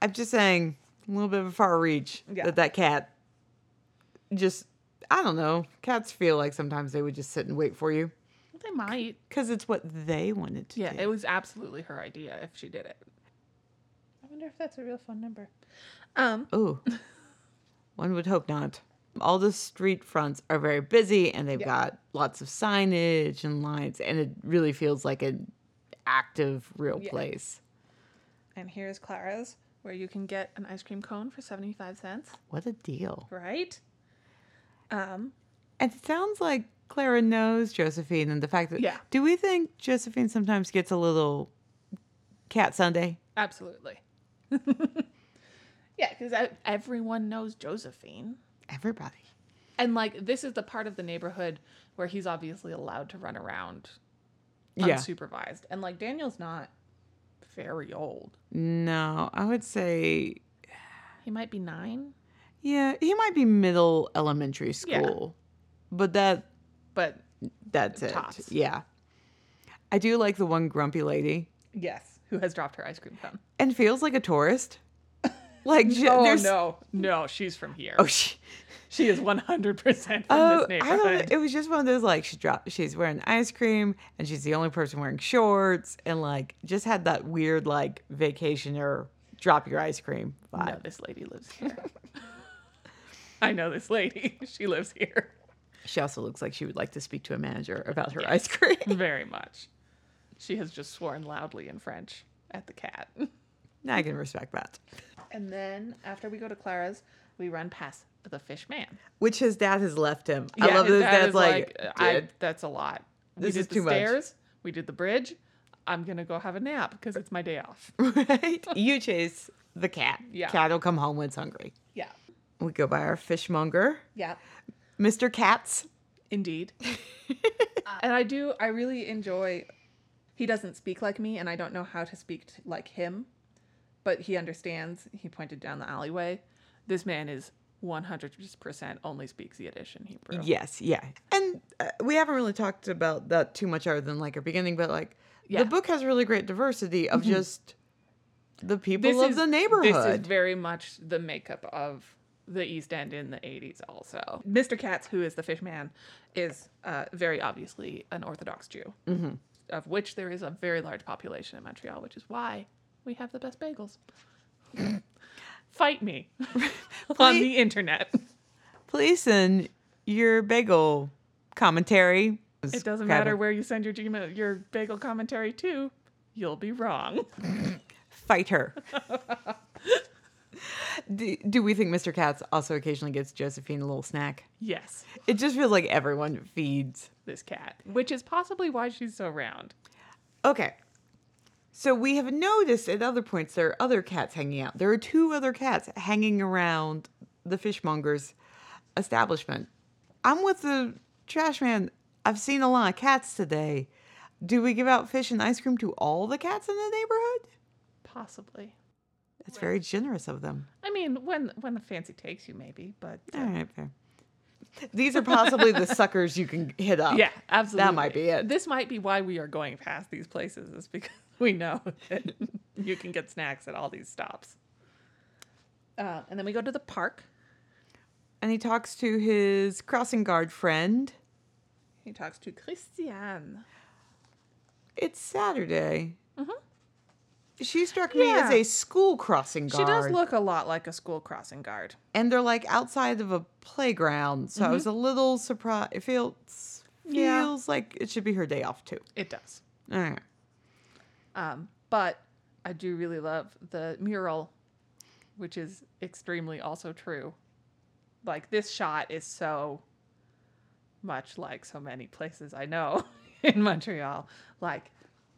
Speaker 2: I'm just saying a little bit of a far reach
Speaker 3: Yeah.
Speaker 2: that that cat just I don't know. Cats feel like sometimes they would just sit and wait for you
Speaker 3: They might.
Speaker 2: because it's what they wanted to
Speaker 3: Yeah,
Speaker 2: do.
Speaker 3: it was absolutely her idea if she did it.
Speaker 1: I wonder if that's a real phone number.
Speaker 3: Um
Speaker 2: Ooh. One would hope not. All the street fronts are very busy and they've got lots of signage and lights and it really feels like an active real place.
Speaker 1: And here's Clara's.
Speaker 3: where you can get an ice cream cone for 75 cents,
Speaker 2: What a deal.
Speaker 3: right? Um
Speaker 2: And it sounds like Clara knows Josephine and the fact that
Speaker 3: Yeah.
Speaker 2: do we think Josephine sometimes gets a little cat Sunday?
Speaker 3: absolutely. yeah, cuz everyone knows Josephine.
Speaker 2: Everybody.
Speaker 3: And like this is the part of the neighborhood where he's obviously allowed to run around
Speaker 2: Yeah.
Speaker 3: unsupervised. And like Daniel's not very old.
Speaker 2: No, I would say
Speaker 3: He might be 9,
Speaker 2: yeah, he might be middle elementary
Speaker 3: Yeah.
Speaker 2: school. But that
Speaker 3: but
Speaker 2: that's it.
Speaker 3: Tops.
Speaker 2: Yeah. I do like the one grumpy lady
Speaker 3: yes, who has dropped her ice cream cone.
Speaker 2: and feels like a tourist. Like j-
Speaker 3: Oh
Speaker 2: there's
Speaker 3: no, no, she's from here.
Speaker 2: Oh, she,
Speaker 3: she is one hundred percent from
Speaker 2: oh
Speaker 3: this
Speaker 2: I love
Speaker 3: neighborhood.
Speaker 2: it. It was just one of those like she dropped she's wearing ice cream and she's the only person wearing shorts and like just had that weird like vacationer drop your ice cream
Speaker 3: I
Speaker 2: vibe.
Speaker 3: know this lady lives here. I know this lady. She lives here
Speaker 2: She also looks like she would like to speak to a manager about her ice cream.
Speaker 3: very much. She has just sworn loudly in French at the cat.
Speaker 2: I can respect that.
Speaker 3: And then after we go to Clara's, we run past the fish man.
Speaker 2: Which his dad has left him. I
Speaker 3: Yeah,
Speaker 2: love
Speaker 3: his
Speaker 2: that his
Speaker 3: dad
Speaker 2: dad's
Speaker 3: is
Speaker 2: like,
Speaker 3: I,
Speaker 2: "Dude,
Speaker 3: that's a lot.
Speaker 2: This
Speaker 3: we did
Speaker 2: is
Speaker 3: the
Speaker 2: too much."
Speaker 3: stairs, We did the bridge. I'm gonna go have a nap because it's my day off.
Speaker 2: right? You chase the cat.
Speaker 3: Yeah.
Speaker 2: Cat will come home when it's hungry.
Speaker 3: Yeah.
Speaker 2: We go by our fishmonger,
Speaker 3: Yeah.
Speaker 2: Mr. Katz.
Speaker 3: Indeed. and I do, I really enjoy. He doesn't speak like me, and I don't know how to speak t- like him, but he understands. He pointed down the alleyway. This man is 100% only speaks Yiddish in Hebrew.
Speaker 2: Yes, yeah. And uh, we haven't really talked about that too much other than like our beginning, but like
Speaker 3: Yeah. Mm-hmm.
Speaker 2: the book has really great diversity of just the people
Speaker 3: This
Speaker 2: of
Speaker 3: is,
Speaker 2: the
Speaker 3: This
Speaker 2: neighborhood.
Speaker 3: is very much the makeup of the East End in the 80s, also. Mr. Katz, who is the fish man, is uh, very obviously an Orthodox Jew, of which there is a very large population in Montreal, which is why we have the best bagels. Fight me on the internet.
Speaker 2: Please send your bagel commentary.
Speaker 3: It doesn't matter where you send your Gmail, your bagel commentary to, you'll be wrong.
Speaker 2: Fight her. do, do we think Mr. Katz also occasionally gets Josephine a little snack?
Speaker 3: Yes,
Speaker 2: It just feels like everyone feeds.
Speaker 3: this cat, which is possibly why she's so round.
Speaker 2: Okay. So we have noticed at other points there are other cats hanging out. There are two other cats hanging around the fishmonger's establishment. I'm with the trash man. I've seen a lot of cats today. Do we give out fish and ice cream to all the cats in the neighborhood?
Speaker 3: Possibly.
Speaker 2: That's very generous of them.
Speaker 3: I mean, when when the fancy takes you, maybe, but uh,
Speaker 2: All right, fair. These are possibly the suckers you can hit up.
Speaker 3: yeah, absolutely.
Speaker 2: That might be it.
Speaker 3: This might be why we are going past these places, is because we know that you can get snacks at all these stops. Uh, and then we go to the park.
Speaker 2: And he talks to his crossing guard friend.
Speaker 3: He talks to Christiane.
Speaker 2: It's Saturday. She struck me as
Speaker 3: Mm-hmm. Yeah.
Speaker 2: a school crossing guard.
Speaker 3: She does look a lot like a school crossing guard.
Speaker 2: and they're like outside of a playground, so I was a little surprised. It feels
Speaker 3: Mm-hmm. Yeah.
Speaker 2: feels like it should be her day off too.
Speaker 3: It does.
Speaker 2: All right.
Speaker 3: Um, but I do really love the mural, which is extremely also true. Like this shot is so much like so many places I know in Montreal. Like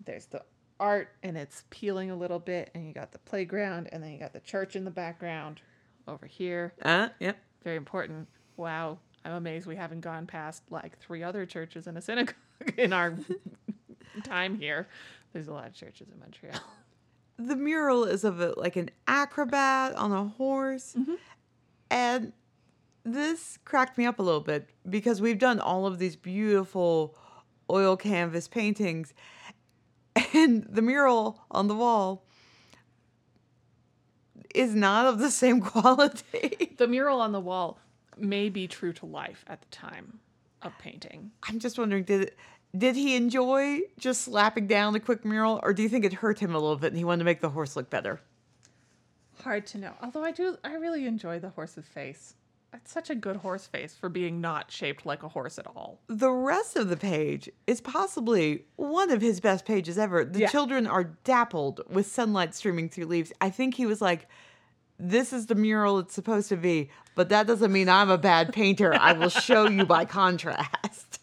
Speaker 3: there's the art and it's peeling a little bit, and you got the playground, and then you got the church in the background over here.
Speaker 2: Uh, yep.
Speaker 3: Very important. Wow. I'm amazed we haven't gone past like three other churches and a synagogue in our time here. There's a lot of churches in Montreal.
Speaker 2: the mural is of a, like an acrobat on a horse and this cracked me up a little bit because we've done all of these beautiful oil canvas paintings and the mural on the wall is not of the same quality
Speaker 3: the mural on the wall may be true to life at the time of painting.
Speaker 2: i'm just wondering did did he enjoy just slapping down a quick mural or do you think it hurt him a little bit and he wanted to make the horse look better
Speaker 3: Hard to know. Although I do, I really enjoy the horse's face. It's such a good horse face for being not shaped like a horse at all.
Speaker 2: the rest of the page is possibly one of his best pages ever. The
Speaker 3: Yeah.
Speaker 2: children are dappled with sunlight streaming through leaves. I think he was like, this is the mural it's supposed to be, but that doesn't mean I'm a bad painter. I will show you by contrast.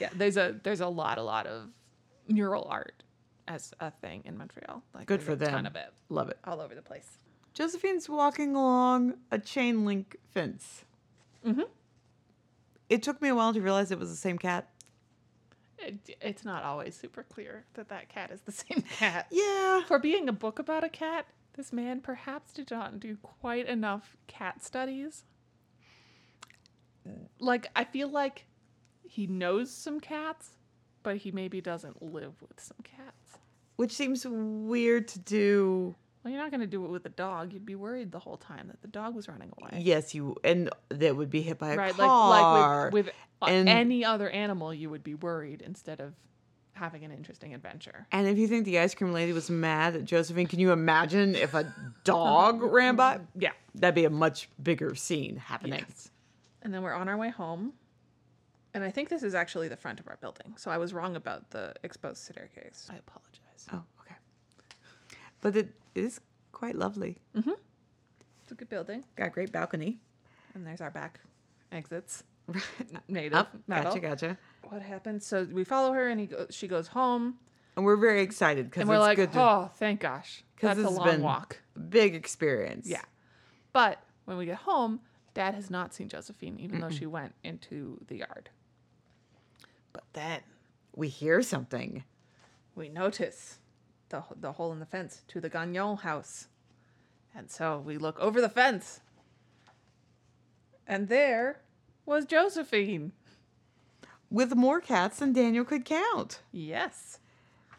Speaker 3: Yeah, there's a there's a lot a lot of mural art as a thing in Montreal. Like
Speaker 2: Good
Speaker 3: there's
Speaker 2: for
Speaker 3: a
Speaker 2: them.
Speaker 3: Ton of it
Speaker 2: Love it.
Speaker 3: all over the place.
Speaker 2: Josephine's walking along a chain link fence.
Speaker 3: Mhm.
Speaker 2: It took me a while to realize it was the same cat.
Speaker 3: It, it's not always super clear that that cat is the same cat.
Speaker 2: Yeah.
Speaker 3: For being a book about a cat, this man perhaps did not do quite enough cat studies. Like, I feel like he knows some cats, but he maybe doesn't live with some cats.
Speaker 2: Which seems weird to do
Speaker 3: Well, you're not going to do it with a dog. You'd be worried the whole time that the dog was running away.
Speaker 2: Yes, you and that would be hit by a
Speaker 3: right?
Speaker 2: car.
Speaker 3: Like, like with, with a-
Speaker 2: and-
Speaker 3: any other animal, you would be worried instead of having an interesting adventure.
Speaker 2: and if you think the ice cream lady was mad at Josephine, can you imagine if a dog ran by?
Speaker 3: Yeah.
Speaker 2: That'd be a much bigger scene happening.
Speaker 3: Yes. And then we're on our way home. And I think this is actually the front of our building. So I was wrong about the exposed staircase. I apologize.
Speaker 2: Oh, okay. But it is quite lovely.
Speaker 3: It's a good building.
Speaker 2: Got a great balcony.
Speaker 3: And there's our back exits.
Speaker 2: Right.
Speaker 3: Made of
Speaker 2: Up.
Speaker 3: metal.
Speaker 2: Gotcha, gotcha.
Speaker 3: What happens? So we follow her and he go- she goes home.
Speaker 2: And we're very excited because
Speaker 3: And
Speaker 2: it's
Speaker 3: we're like,
Speaker 2: good. To,
Speaker 3: oh, thank gosh.
Speaker 2: 'Cause
Speaker 3: That's a
Speaker 2: this has
Speaker 3: long
Speaker 2: been-
Speaker 3: walk.
Speaker 2: Big experience.
Speaker 3: Yeah. But when we get home, Dad has not seen Josephine, even though she went into the yard. But then
Speaker 2: We hear something.
Speaker 3: we notice the, the hole in the fence to the Gagnon house. And so we look over the fence. And there was Josephine.
Speaker 2: With more cats than Daniel could count.
Speaker 3: Yes.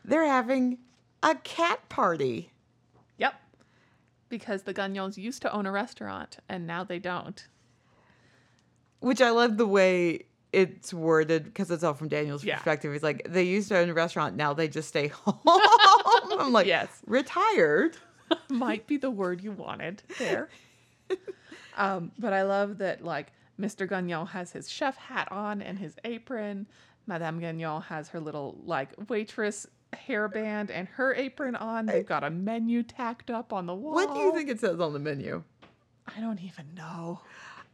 Speaker 2: They're having a cat party.
Speaker 3: Yep. Because the Gagnons used to own a restaurant and now they don't.
Speaker 2: Which I love the way it's worded because it's all from Daniel's
Speaker 3: Yeah.
Speaker 2: perspective. He's like, they used to own a restaurant, now they just stay home. I'm like,
Speaker 3: Yes.
Speaker 2: retired.
Speaker 3: Might be the word you wanted there. um, but I love that, like, Mr. Gagnon has his chef hat on and his apron. Madame Gagnon has her little, like, waitress hairband and her apron on. They've got a menu tacked up on the wall.
Speaker 2: What do you think it says on the menu?
Speaker 3: I don't even know.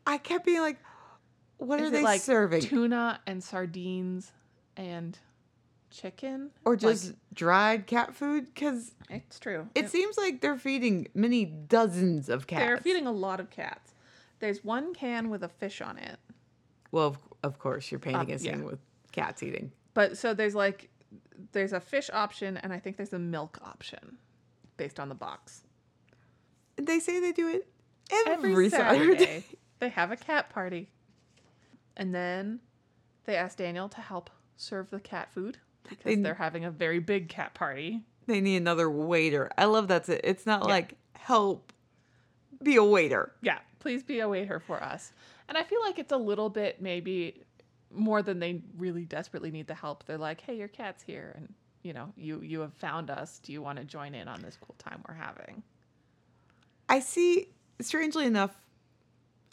Speaker 2: I kept being like, what
Speaker 3: Is
Speaker 2: are
Speaker 3: it,
Speaker 2: they
Speaker 3: like
Speaker 2: serving?
Speaker 3: Tuna and sardines and chicken?
Speaker 2: or
Speaker 3: Like,
Speaker 2: just dried cat food? Because
Speaker 3: it's true.
Speaker 2: it seems like they're feeding many dozens of cats.
Speaker 3: They're feeding a lot of cats. There's one can with a fish on it.
Speaker 2: Well, of, of course, you're painting
Speaker 3: Uh,
Speaker 2: a scene
Speaker 3: yeah.
Speaker 2: with cats eating.
Speaker 3: But so there's like there's a fish option and I think there's a milk option based on the box.
Speaker 2: And they say they do it every,
Speaker 3: Every,
Speaker 2: Saturday.
Speaker 3: Saturday they have a cat party. And then they ask Daniel to help serve the cat food because
Speaker 2: They-
Speaker 3: they, are having a very big cat party.
Speaker 2: They need another waiter. I love that. It's not like help be a waiter.
Speaker 3: Yeah, please be a waiter for us. And I feel like it's a little bit maybe more than they really desperately need the help. They're like, "Hey, your cat's here and you know, you you have found us. Do you want to join in on this cool time we're having?"
Speaker 2: I see, strangely enough,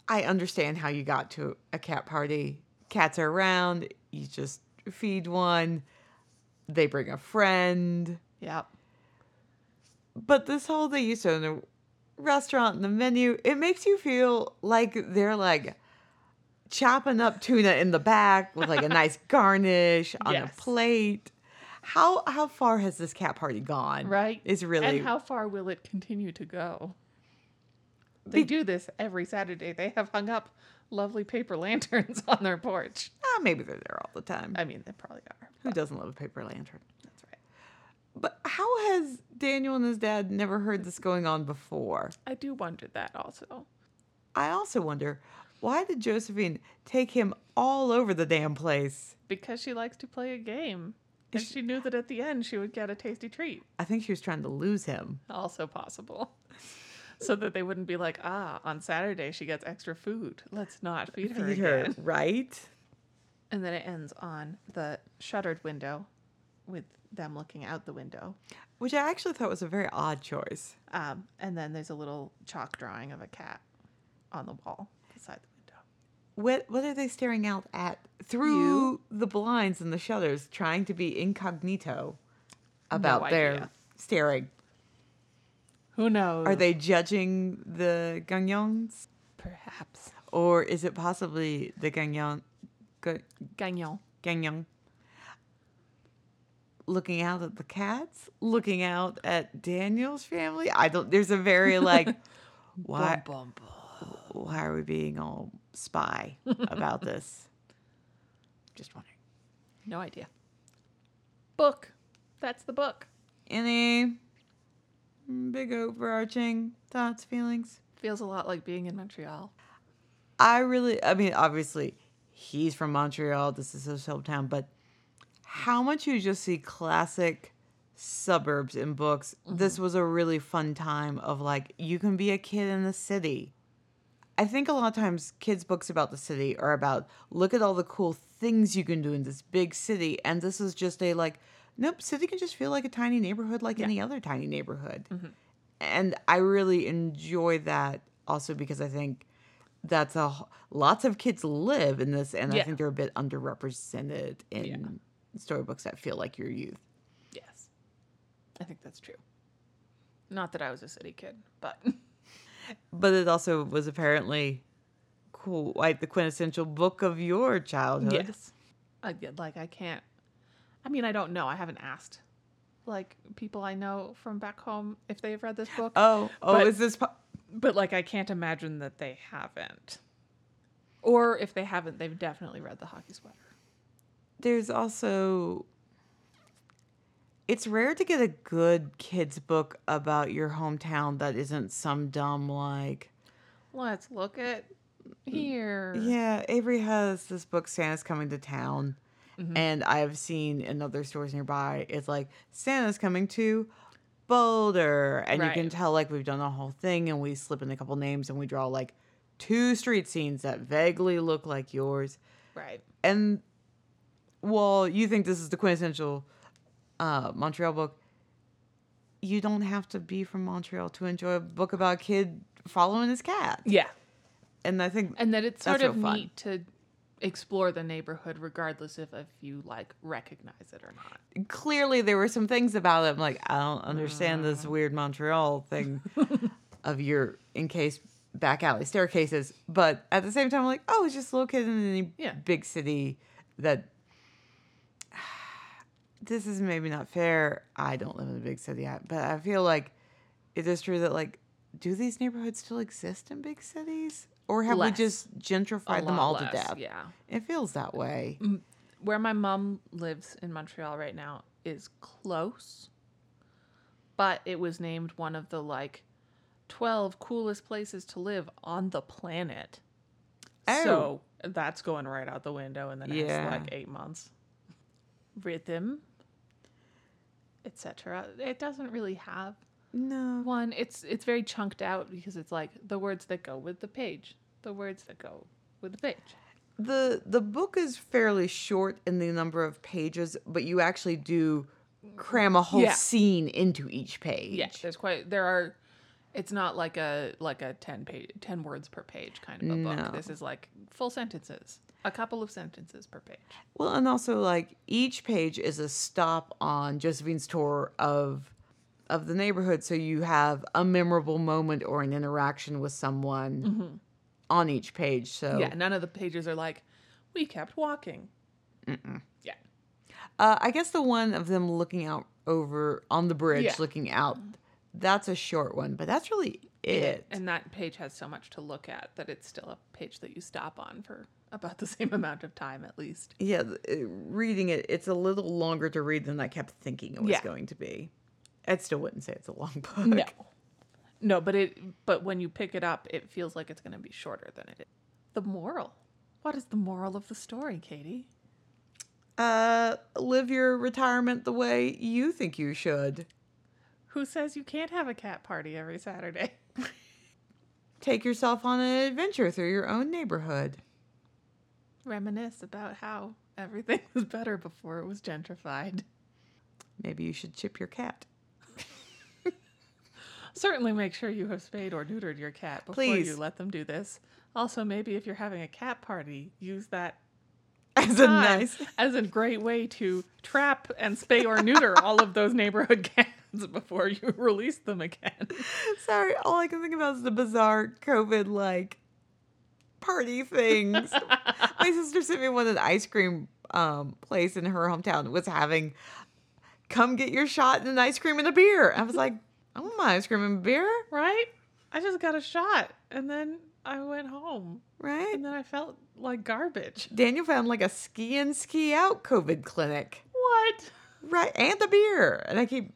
Speaker 2: I understand how you got to a cat party. Cats are around, you just feed one, they bring a friend.
Speaker 3: Yeah.
Speaker 2: But this whole they used to own a restaurant and the menu, it makes you feel like they're like chopping up tuna in the back with like a nice garnish on
Speaker 3: Yes.
Speaker 2: a plate. How how far has this cat party gone?
Speaker 3: Right.
Speaker 2: Is really
Speaker 3: And how far will it continue to go? They do this every Saturday. They have hung up lovely paper lanterns on their porch.
Speaker 2: ah, maybe they're there all the time.
Speaker 3: Uh, I mean, they probably are.
Speaker 2: Who doesn't love a paper lantern?
Speaker 3: That's
Speaker 2: But how has Daniel and his dad never heard this going on before?
Speaker 3: I do wonder that also.
Speaker 2: I also wonder why did Josephine take him all over the damn place?
Speaker 3: Because she likes to play a game. And she knew that at the end she would get a tasty treat.
Speaker 2: I think she was trying to lose him.
Speaker 3: Also possible. So that they wouldn't be like, ah, on Saturday she gets extra food. Let's not feed her
Speaker 2: Feed
Speaker 3: again.
Speaker 2: her, right?
Speaker 3: And then it ends on the shuttered window with them looking out the window.
Speaker 2: Which I actually thought was a very odd choice.
Speaker 3: Um, and then there's a little chalk drawing of a cat on the wall beside the window.
Speaker 2: What what are they staring out at through the blinds and the shutters, trying to be incognito about their
Speaker 3: idea.
Speaker 2: staring?
Speaker 3: Who knows?
Speaker 2: Are they judging the gagnons,
Speaker 3: perhaps
Speaker 2: or is it possibly the gagnon, ga-
Speaker 3: Gagnon?
Speaker 2: gagnon looking out at the cats, looking out at Daniel's family? I don't. There's a very like, why why are we being all spy about this? Just wondering.
Speaker 3: No idea. Book. That's the book.
Speaker 2: Any big overarching thoughts, feelings?
Speaker 3: Feels a lot like being in Montreal.
Speaker 2: I really, I mean, obviously, he's from Montreal. This is his hometown, but how much you just see classic suburbs in books. This was a really fun time of like, you can be a kid in the city. I think a lot of times kids' books about the city are about look at all the cool things you can do in this big city. And this is just a like, nope, city can just feel like a tiny neighborhood like any other tiny neighborhood. And I really enjoy that also because I think that's a h- lots of kids live in this and I
Speaker 3: Yeah.
Speaker 2: think they're a bit underrepresented in storybooks that feel like your youth.
Speaker 3: Yes. I think that's true. Not that I was a city kid, but
Speaker 2: But it also was apparently cool like the quintessential book of your childhood.
Speaker 3: yes. I, get- like, I can't. I mean, I don't know. I haven't asked, like, people I know from back home if they've read this book.
Speaker 2: Oh, oh,
Speaker 3: But-
Speaker 2: is this po-
Speaker 3: but like I can't imagine that they haven't. Or if they haven't, they've definitely read the hockey sweater.
Speaker 2: there's also it's rare to get a good kids book about your hometown that isn't some dumb like
Speaker 3: Let's look at here.
Speaker 2: Mm. yeah avery has this book santa's coming to town and i've seen in other stores nearby it's like santa's coming to boulder and you can
Speaker 3: Right.
Speaker 2: tell like we've done a whole thing and we slip in a couple names and we draw like two street scenes that vaguely look like yours
Speaker 3: Right.
Speaker 2: and while you think this is the quintessential uh, Montreal book, you don't have to be from Montreal to enjoy a book about a kid following his cat.
Speaker 3: Yeah.
Speaker 2: And I think
Speaker 3: And that it's
Speaker 2: That's
Speaker 3: sort of
Speaker 2: real fun.
Speaker 3: neat to explore the neighborhood regardless if, if you like recognize it or not.
Speaker 2: clearly there were some things about it. I'm like, I don't understand this
Speaker 3: Uh-huh.
Speaker 2: weird Montreal thing of your encased back alley staircases. But at the same time, I'm like, oh, it's just a little kid in any
Speaker 3: Yeah.
Speaker 2: big city that. This is maybe not fair. I don't live in a big city, I- but I feel like it is true that like, do these neighborhoods still exist in big cities, or have we
Speaker 3: Less.
Speaker 2: just gentrified them
Speaker 3: lot
Speaker 2: all
Speaker 3: less,
Speaker 2: to death?
Speaker 3: Yeah. Mm.
Speaker 2: It feels that way.
Speaker 3: Where my mom lives in Montreal right now is close, but it was named one of the like 12 coolest places to live on the planet.
Speaker 2: Oh.
Speaker 3: So that's going right out the window in the next
Speaker 2: Yeah.
Speaker 3: like eight months. Rhythm, etc. It doesn't really have
Speaker 2: No,
Speaker 3: one. It's it's very chunked out because it's like the words that go with the page, the words that go with the page.
Speaker 2: the the book is fairly short in the number of pages, but you actually do cram a whole
Speaker 3: Yeah.
Speaker 2: scene into each page.
Speaker 3: Yeah, there's quite there are. It's not like a like a ten page ten words per page kind of a
Speaker 2: No.
Speaker 3: book. This is like full sentences, a couple of sentences per page.
Speaker 2: Well, and also like each page is a stop on Josephine's tour of of the neighborhood, so you have a memorable moment or an interaction with someone on each page. So
Speaker 3: Mm-hmm. Yeah, none of the pages are like we kept walking. Yeah,
Speaker 2: Uh, I guess the one of them looking out over on the bridge,
Speaker 3: Yeah.
Speaker 2: looking out, that's a short one, but that's really it.
Speaker 3: And that page has so much to look at that it's still a page that you stop on for about the same amount of time at least.
Speaker 2: yeah, th- uh, reading it, it's a little longer to read than I kept thinking it was
Speaker 3: Yeah.
Speaker 2: going to be. I still wouldn't say it's a long book.
Speaker 3: No. No, but it but when you pick it up, it feels like it's going to be shorter than it is. The moral. What is the moral of the story, Katie?
Speaker 2: Uh, live your retirement the way you think you should.
Speaker 3: Who says you can't have a cat party every Saturday?
Speaker 2: Take yourself on an adventure through your own neighborhood.
Speaker 3: Reminisce about how everything was better before it was gentrified.
Speaker 2: Maybe you should chip your cat.
Speaker 3: Certainly make sure you have spayed or neutered your cat before
Speaker 2: Please.
Speaker 3: you let them do this. Also, maybe if you're having a cat party, use that
Speaker 2: As a
Speaker 3: time
Speaker 2: nice.
Speaker 3: as a great way to trap and spay or neuter all of those neighborhood cats before you release them again.
Speaker 2: Sorry, all I can think about is the bizarre COVID like party things. My sister sent me one an ice cream um, place in her hometown was having come get your shot and an ice cream and a beer. I was like, I want my ice cream and beer,
Speaker 3: Right? I just got a shot and then I went home
Speaker 2: right?
Speaker 3: and then I felt like garbage.
Speaker 2: Daniel found like a ski in, ski out COVID clinic,
Speaker 3: What?
Speaker 2: right? And the beer. And I keep,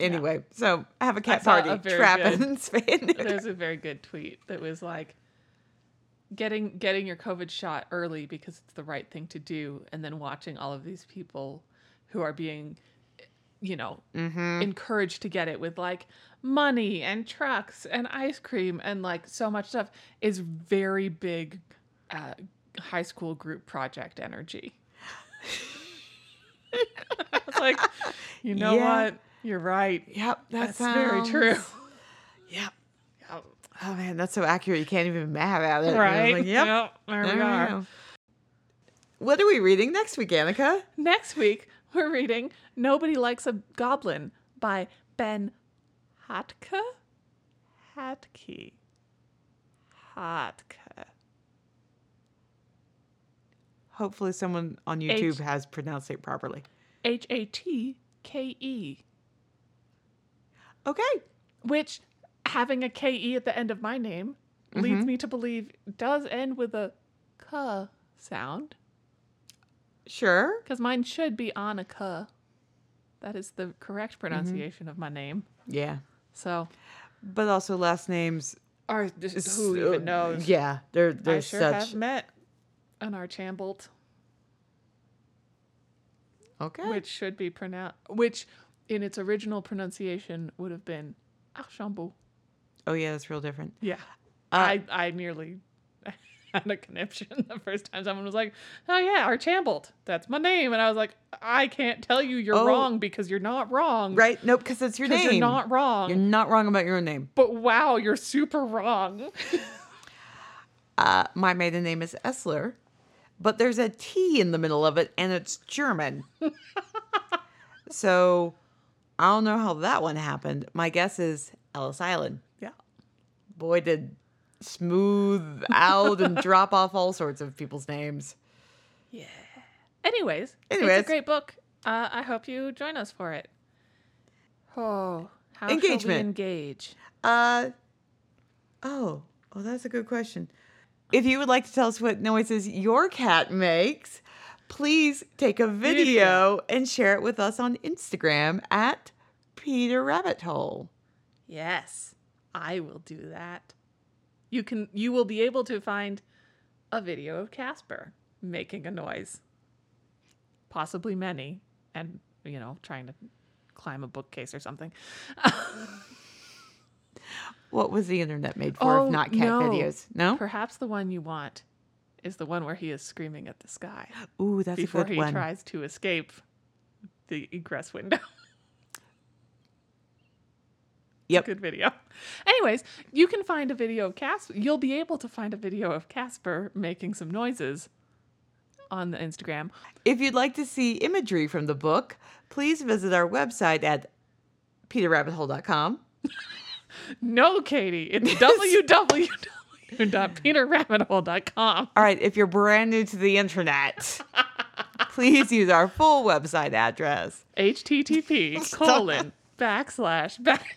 Speaker 2: anyway, so I have a cat
Speaker 3: saw a
Speaker 2: party,
Speaker 3: very
Speaker 2: trap
Speaker 3: good-
Speaker 2: and spay and neuter.
Speaker 3: There's a very good tweet that was like getting getting your COVID shot early because it's the right thing to do, and then watching all of these people who are being you know
Speaker 2: Mm-hmm.
Speaker 3: encouraged to get it with like money and trucks and ice cream and like so much stuff is very big uh, high school group project energy. I was like, you know
Speaker 2: Yeah.
Speaker 3: what? You're right.
Speaker 2: Yep, that
Speaker 3: That's very true.
Speaker 2: sounds- Yep.
Speaker 3: Yep.
Speaker 2: Oh man, that's so accurate. You can't even be mad at it. And I was
Speaker 3: Right.
Speaker 2: Like, yep.
Speaker 3: yep. There we
Speaker 2: there we
Speaker 3: are.
Speaker 2: go. What are we reading next week, Annika?
Speaker 3: Next week, we're reading Nobody Likes a Goblin by Ben Hatke. Hatke. Hatke.
Speaker 2: Hopefully, someone on YouTube has pronounced it properly.
Speaker 3: H A T K E.
Speaker 2: Okay.
Speaker 3: Which, having a K E at the end of my name,
Speaker 2: Mm-hmm.
Speaker 3: leads me to believe does end with a K sound.
Speaker 2: Sure.
Speaker 3: Because mine should be Annika. That is the
Speaker 2: Mm-hmm.
Speaker 3: correct pronunciation of my name.
Speaker 2: Yeah.
Speaker 3: So,
Speaker 2: But also, last names.
Speaker 3: or who
Speaker 2: so-
Speaker 3: even knows?
Speaker 2: Yeah, they're they're
Speaker 4: I sure
Speaker 2: such.
Speaker 4: have met.
Speaker 3: An Archambault.
Speaker 2: Okay.
Speaker 3: which should be pronounced, which in its original pronunciation would have been Archambault.
Speaker 2: oh yeah, that's real different.
Speaker 3: Yeah.
Speaker 2: Uh,
Speaker 3: I, I nearly had a conniption the first time someone was like, oh yeah, Archambault. That's my name. And I was like, I can't tell you you're
Speaker 2: Oh.
Speaker 3: wrong because you're not wrong.
Speaker 2: Right? Nope, because that's your
Speaker 3: Because
Speaker 2: name.
Speaker 3: you're not wrong.
Speaker 2: You're not wrong about your own name.
Speaker 3: but wow, you're super wrong.
Speaker 2: Uh, my maiden name is Essler, but there's a T in the middle of it, and it's German. so I don't know how that one happened. My guess is Ellis Island.
Speaker 3: yeah.
Speaker 2: Boy, did smooth out and drop off all sorts of people's names.
Speaker 3: Anyways,
Speaker 2: Anyways.
Speaker 3: it's a great book. Uh, I hope you join us for it. Oh, how shall we
Speaker 2: Engagement.
Speaker 3: engage?
Speaker 2: Uh, oh, well, that's a good question. If you would like to tell us what noises your cat makes, please take a video and share it with us on Instagram at Peter Rabbit Hole.
Speaker 3: Yes, I will do that. You can you will be able to find a video of Casper making a noise. Possibly many and you know, trying to climb a bookcase or something.
Speaker 2: What was the internet made for if not cat
Speaker 3: Oh, no.
Speaker 2: videos? No?
Speaker 3: Perhaps the one you want is the one where he is screaming at the sky
Speaker 2: Ooh, that's a
Speaker 3: before
Speaker 2: good
Speaker 3: he
Speaker 2: one.
Speaker 3: tries to escape the egress window.
Speaker 2: Yep.
Speaker 3: good video. Anyways, you can find a video of Casper. You'll be able to find a video of Casper making some noises on the Instagram.
Speaker 2: If you'd like to see imagery from the book, please visit our website at peterrabbithole.com.
Speaker 3: No, Katie, it's www.peterrabbithole.com.
Speaker 2: All right, if you're brand new to the internet, please use our full website address.
Speaker 3: HTTP colon backslash backslash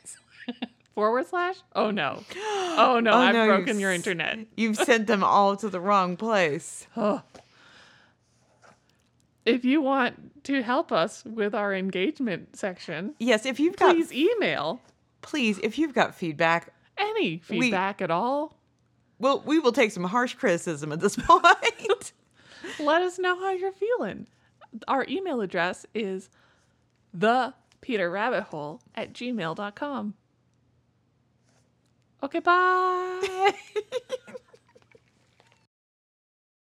Speaker 3: Forward slash? Oh no. Oh no,
Speaker 2: Oh,
Speaker 3: I've
Speaker 2: no, you
Speaker 3: broken your
Speaker 2: s-
Speaker 3: internet.
Speaker 2: You've sent them all to the wrong place.
Speaker 3: Ugh. If you want to help us with our engagement section,
Speaker 2: Yes, if you've got
Speaker 3: please email
Speaker 2: please, if you've got feedback,
Speaker 3: any feedback at all.
Speaker 2: well, we will take some harsh criticism at this point.
Speaker 3: Let us know how you're feeling. Our email address is the Peter Rabbit Hole at gmail.com. Okay, bye.